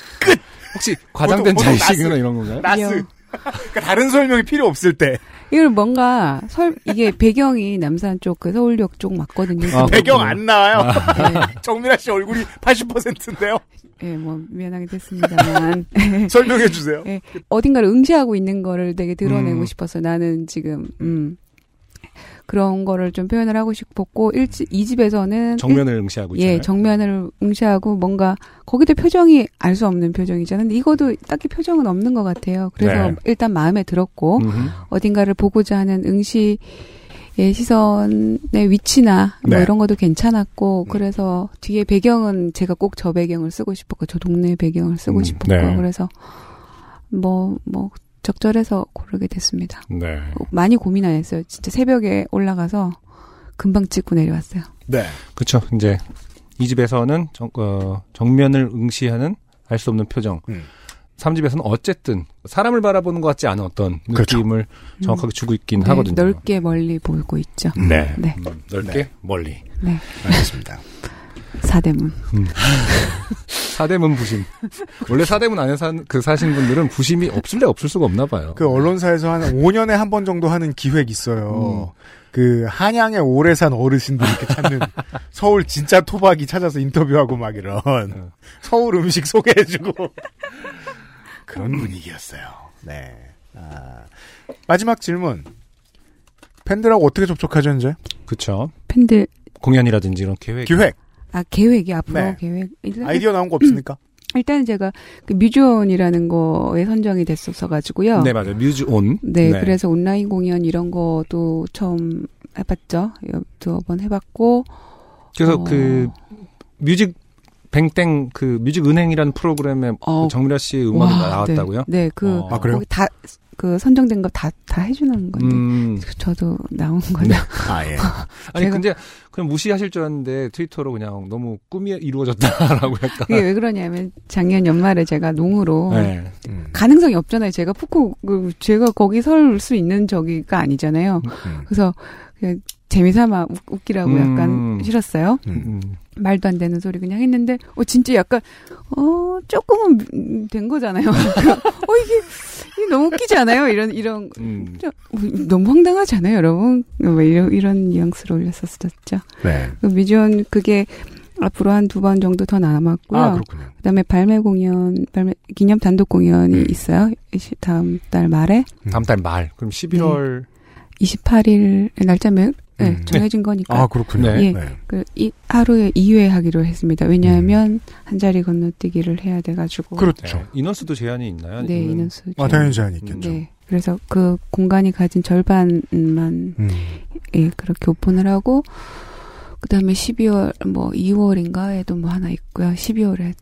혹시 과장된
보통- 보통
자의식이나 이런 건가요?
나스.
귀여워.
그러니까 다른 설명이 필요 없을 때.
이걸 뭔가 설 이게 배경이 남산 쪽 그 서울역 쪽 맞거든요. 네.
아, 배경 안 나와요. 아. 정민아 씨 얼굴이 80%인데요.
예, 뭐 미안하게 됐습니다만
설명해 주세요.
예, 어딘가를 응시하고 있는 거를 되게 드러내고
음.
싶어서 나는 지금 음, 그런 거를 좀 표현을 하고 싶었고 일집 이 집에서는
정면을 응시하고 있잖아요.
예, 정면을 응시하고 뭔가 거기도 표정이 알 수 없는 표정이잖아요. 근데 이거도 딱히 표정은 없는 것 같아요. 그래서
네.
일단 마음에 들었고
음흠.
어딘가를 보고자 하는 응시의 시선의 위치나 뭐
네. 음.
이런 것도 괜찮았고 그래서 뒤에 배경은 제가 꼭 저 배경을 쓰고 싶었고 저 동네 배경을 쓰고
음,
싶었고
네.
그래서 뭐 뭐 적절해서 고르게 됐습니다. 뭐
네.
많이 고민 안 했어요. 진짜 새벽에 올라가서 금방 찍고 내려왔어요.
네.
그렇죠. 이제 이 집에서는 정, 어, 정면을 응시하는 알 수 없는 표정.
음.
삼 집에서는 어쨌든 사람을 바라보는 것 같지 않은 어떤
그렇죠.
느낌을 정확하게 주고 있긴
네,
하거든요.
넓게 멀리 보고 있죠.
네.
네.
음, 넓게 멀리.
네.
알겠습니다.
사대문.
음. 사대문 부심. 원래 사대문 안에 산, 그 사신 분들은 부심이 없을래 없을 수가 없나 봐요.
그 언론사에서 한 5년에 한 번 정도 하는 기획 있어요. 그 한양에 오래 산 어르신들 이렇게 찾는 서울 진짜 토박이 찾아서 인터뷰하고 막 이런
네.
서울 음식 소개해주고
그런 분위기였어요.
네. 아, 마지막 질문. 팬들하고 어떻게 접촉하죠 이제?
그쵸.
팬들
공연이라든지 이런
네.
계획.
기획.
아 계획이 앞으로
네.
계획. 일단-
아이디어 나온 거 없습니까?
일단은 제가 그 뮤지온이라는 거에 선정이 됐었어 가지고요.
네, 맞아요. 뮤즈 온.
네, 그래서 온라인 공연 이런 것도 처음 해봤죠. 두어 번 해봤고
그래서
어.
그 뮤직 뱅땡 그 뮤직 은행이라는 프로그램에 그 정미라 씨의 음악이
어, 와,
나왔다고요?
네, 네, 그
아, 그래요?
거기 다 그 선정된 거 다 다 해주는 건데
음. 네.
저도 나온 거죠.
아, 예.
아니
제가-
근데 그냥 무시하실 줄 알았는데 트위터로 그냥 너무 꿈이 이루어졌다라고 약간
그게 왜 그러냐면 작년 연말에 제가 농으로
네.
가능성이 없잖아요. 제가 푸코 그 제가 거기 설 수 있는 저기가 아니잖아요. 그래서 그냥 재미삼아 웃- 웃기라고
음.
약간 싫었어요.
음.
말도 안 되는 소리 그냥 했는데 어 진짜 약간 어 조금은 된 거잖아요. 어 이게, 이게 너무 웃기지 않아요? 이런 이런
음.
저- 어, 너무 황당하지 않아요, 여러분? 뭐 이런 이런 뉘앙스로 올렸었죠.
네.
그 뮤지엄 그게 앞으로 한 두 번 정도 더 남았고요.
아, 그렇군요.
다음에 발매 공연, 발매 기념 단독 공연이 있어요. 시- 다음 달 말에
다음 달 말. 그럼 11월
28일 날짜 면 네,
음.
정해진 거니까.
아, 그렇군요.
예,
네.
그 이, 하루에 2회 하기로 했습니다. 왜냐하면
네.
한 자리 건너뛰기를 해야 돼 가지고.
네. 인원수도 제한이 있나요? 음.
네,
아니면-
인원수.
그렇죠. 아, 당연히 제한이
있겠죠.
네. 그래서 그 공간이 가진 절반만
음.
네.
예, 그렇게 오픈을 하고 그다음에 12월 뭐 2월인가에도 뭐 하나 있고요. 12월에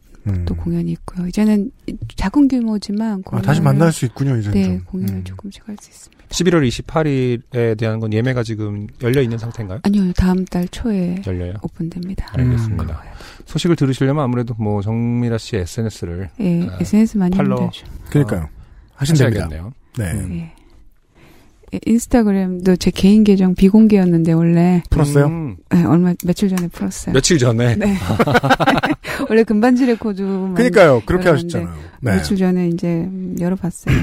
또 공연이 있고요. 이제는 작은 규모지만
음. 아,
공연을,
다시 만날 수 있군요 이제.
네,
좀. 음.
공연을 조금씩 할 수 있습니다.
11월 28일에 대한 건 예매가 지금 열려 있는 상태인가요?
아니요, 다음 달 초에
열려요.
오픈됩니다.
네.
알겠습니다. 소식을 들으시려면 아무래도 뭐 정미라 씨의 SNS를
예,
아,
SNS 많이
팔로
힘들죠.
그러니까요. 하시면 됩니다.
하셔야겠네요.
네.
음.
예. 예, 인스타그램도 제 개인 계정 비공개였는데 원래
풀었어요?
음.
네, 얼마 며칠 전에 풀었어요.
며칠 전에
네. 원래 금반지 레코드 많이
그러니까요. 그렇게
열었는데
하셨잖아요. 네.
며칠 전에 이제 음, 열어봤어요.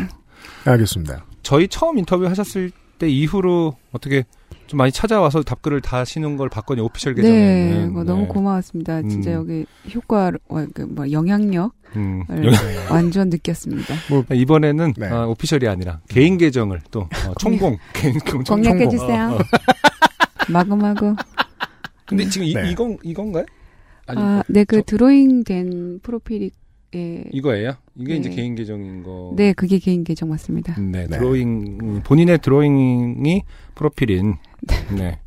알겠습니다.
저희 처음 인터뷰 하셨을 때 이후로 어떻게 좀 많이 찾아와서 답글을 다시는 걸 봤거든요. 오피셜 계정에.
네, 뭐 너무 고마웠습니다. 진짜
음.
여기 효과, 어, 그 뭐, 영향력.
음.
을
영향력.
완전 느꼈습니다.
뭐
이번에는
네.
아, 오피셜이 아니라 개인 계정을 또 어, 총공 개인 계정 총공.
공략해주세요.
어, 어.
마구마구.
근데 지금 이,
네.
이건 이건가요? 아니, 뭐,
아, 네, 그 드로잉 된 프로필이, 예.
이거예요? 이게
네.
이제 개인 계정인 거.
네, 그게 개인 계정 맞습니다.
네, 드로잉 음, 본인의 드로잉이 프로필인 네.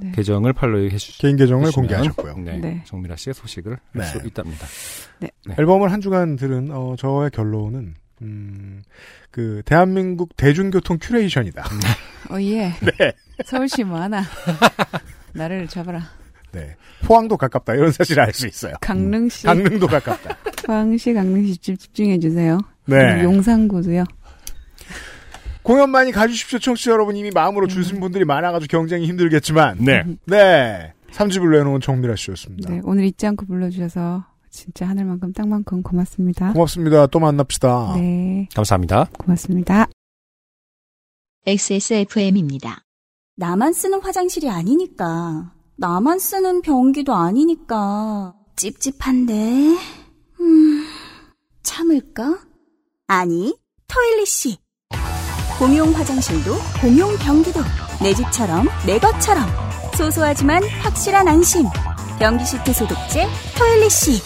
네.
계정을 팔로우 해주
개인 계정을
해주시면,
공개하셨고요.
네,
네.
정미라 씨의 소식을
네.
알 수 있답니다.
앨범을 한 주간 들은 어, 저의 결론은 음, 그 대한민국 대중교통 큐레이션이다.
어, 예.
네.
서울시 뭐 하나. 나를 잡아라.
네. 포항도 가깝다 이런 사실을 알 수 있어요.
음. 강릉시.
강릉도 가깝다.
광시, 강릉시 집 집중해주세요.
네.
음, 용산구도요.
공연 많이 가주십시오, 청취자 여러분. 이미 마음으로 주신 분들이 많아가지고 경쟁이 힘들겠지만.
네.
네. 3집을 내놓은 정미라 씨였습니다.
네, 오늘 잊지 않고 불러주셔서 진짜 하늘만큼 땅만큼 고맙습니다.
고맙습니다. 또 만납시다.
네.
감사합니다.
고맙습니다.
XSFM입니다.
나만 쓰는 화장실이 아니니까. 나만 쓰는 변기도 아니니까. 찝찝한데. 음, 참을까? 아니, 토일리씨. 공용 화장실도 공용 변기도 내 집처럼 내 것처럼 소소하지만 확실한 안심. 변기 시트 소독제 토일리씨.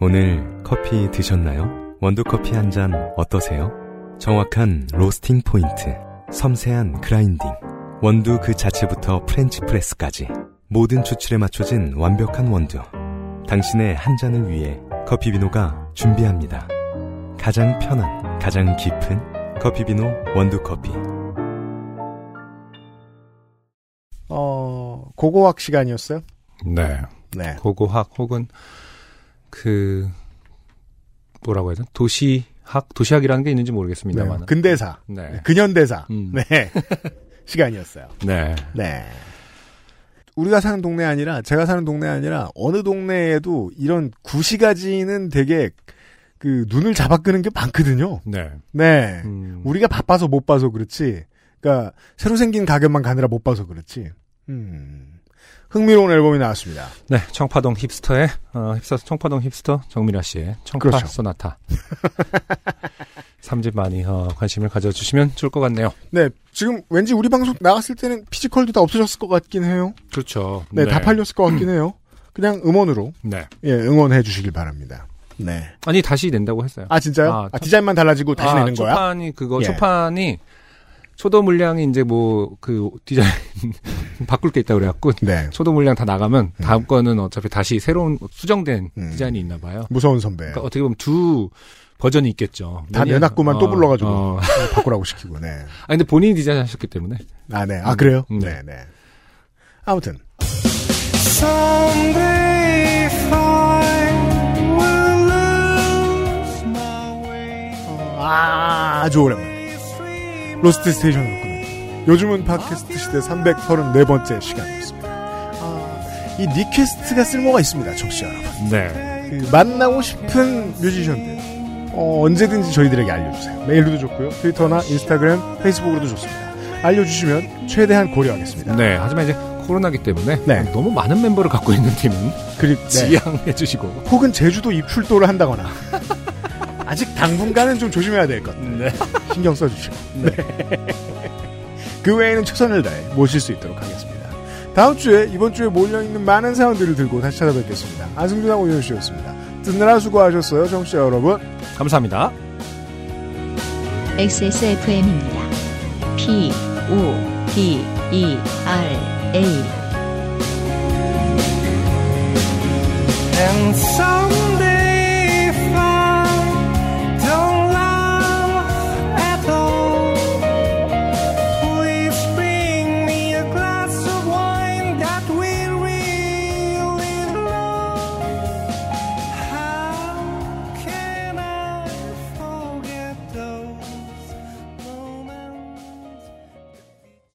오늘 커피 드셨나요? 원두커피 한 잔 어떠세요? 정확한 로스팅 포인트, 섬세한 그라인딩, 원두 그 자체부터 프렌치 프레스까지 모든 추출에 맞춰진 완벽한 원두. 당신의 한 잔을 위해 커피비노가 준비합니다. 가장 편한, 가장 깊은 커피비노 원두커피.
어, 고고학 시간이었어요?
네.
네.
고고학 혹은 그 뭐라고 해야 되나? 도시학, 도시학이라는 게 있는지 모르겠습니다만.
네, 근대사.
네.
근현대사.
음.
네. 시간이었어요.
네.
네. 우리가 사는 동네 아니라 제가 사는 동네 아니라 어느 동네에도 이런 구시가지는 되게 그 눈을 잡아끄는 게 많거든요.
네.
네.
음,
우리가 바빠서 못 봐서 그렇지. 그러니까 새로 생긴 가게만 가느라 못 봐서 그렇지. 음. 흥미로운 앨범이 나왔습니다.
네, 청파동 힙스터의 어, 힙스 청파동 힙스터 정미라 씨의 청파
그렇죠.
소나타. 삼집 많이 어, 관심을 가져주시면 좋을 것 같네요.
네, 지금 왠지 우리 방송 나갔을 때는 피지컬도 다 없어졌을 것 같긴 해요.
그렇죠.
네, 다 팔렸을 것 같긴 해요. 그냥 음원으로
네.
예, 응원해 주시길 바랍니다. 네.
아니 다시 낸다고 했어요.
아 진짜요?
아,
아,
첫-
디자인만 달라지고 다시
아,
내는 거야?
초판이 그거
예.
초판이 초도 물량이 이제 뭐 그 디자인 바꿀 게 있다 그래갖고
네.
초도 물량 다 나가면 다음 거는 어차피 다시 새로운 수정된
음.
디자인이 있나 봐요.
무서운 선배.
그러니까 어떻게 보면 두 버전이 있겠죠.
다
왜냐-
내놨구만 또
어,
불러가지고
어. 아
바꾸라고 시키고. 네.
근데 본인이 디자인하셨기 때문에
아 네. 아 그래요?
음.
네, 네. 아무튼 아, 아주 오랜만에 로스트 스테이션으로 끊는 요즘은 팟캐스트 시대 334번째 시간이었습니다. 아, 이 니퀘스트가 쓸모가 있습니다, 청취자 여러분.
네.
그 만나고 싶은 뮤지션들 어, 언제든지 저희들에게 알려주세요. 메일로도 좋고요. 트위터나 인스타그램, 페이스북으로도 좋습니다. 알려주시면 최대한 고려하겠습니다.
네. 하지만 이제 코로나기 때문에
네.
너무 많은 멤버를 갖고 있는 팀은
그리고 네.
지양해주시고
혹은 제주도 입출도를 한다거나 아직 당분간은 좀 조심해야 될 것.
네.
신경 써주시고. 네. 그 외에는 최선을 다해 모실 수 있도록 하겠습니다. 다음 주에 이번 주에 몰려 있는 많은 사연들을 들고 다시 찾아뵙겠습니다. 안승준하고 윤현 씨였습니다. 듣느라 수고하셨어요, 정씨 여러분.
감사합니다.
XSFM입니다. P O D E R A
And so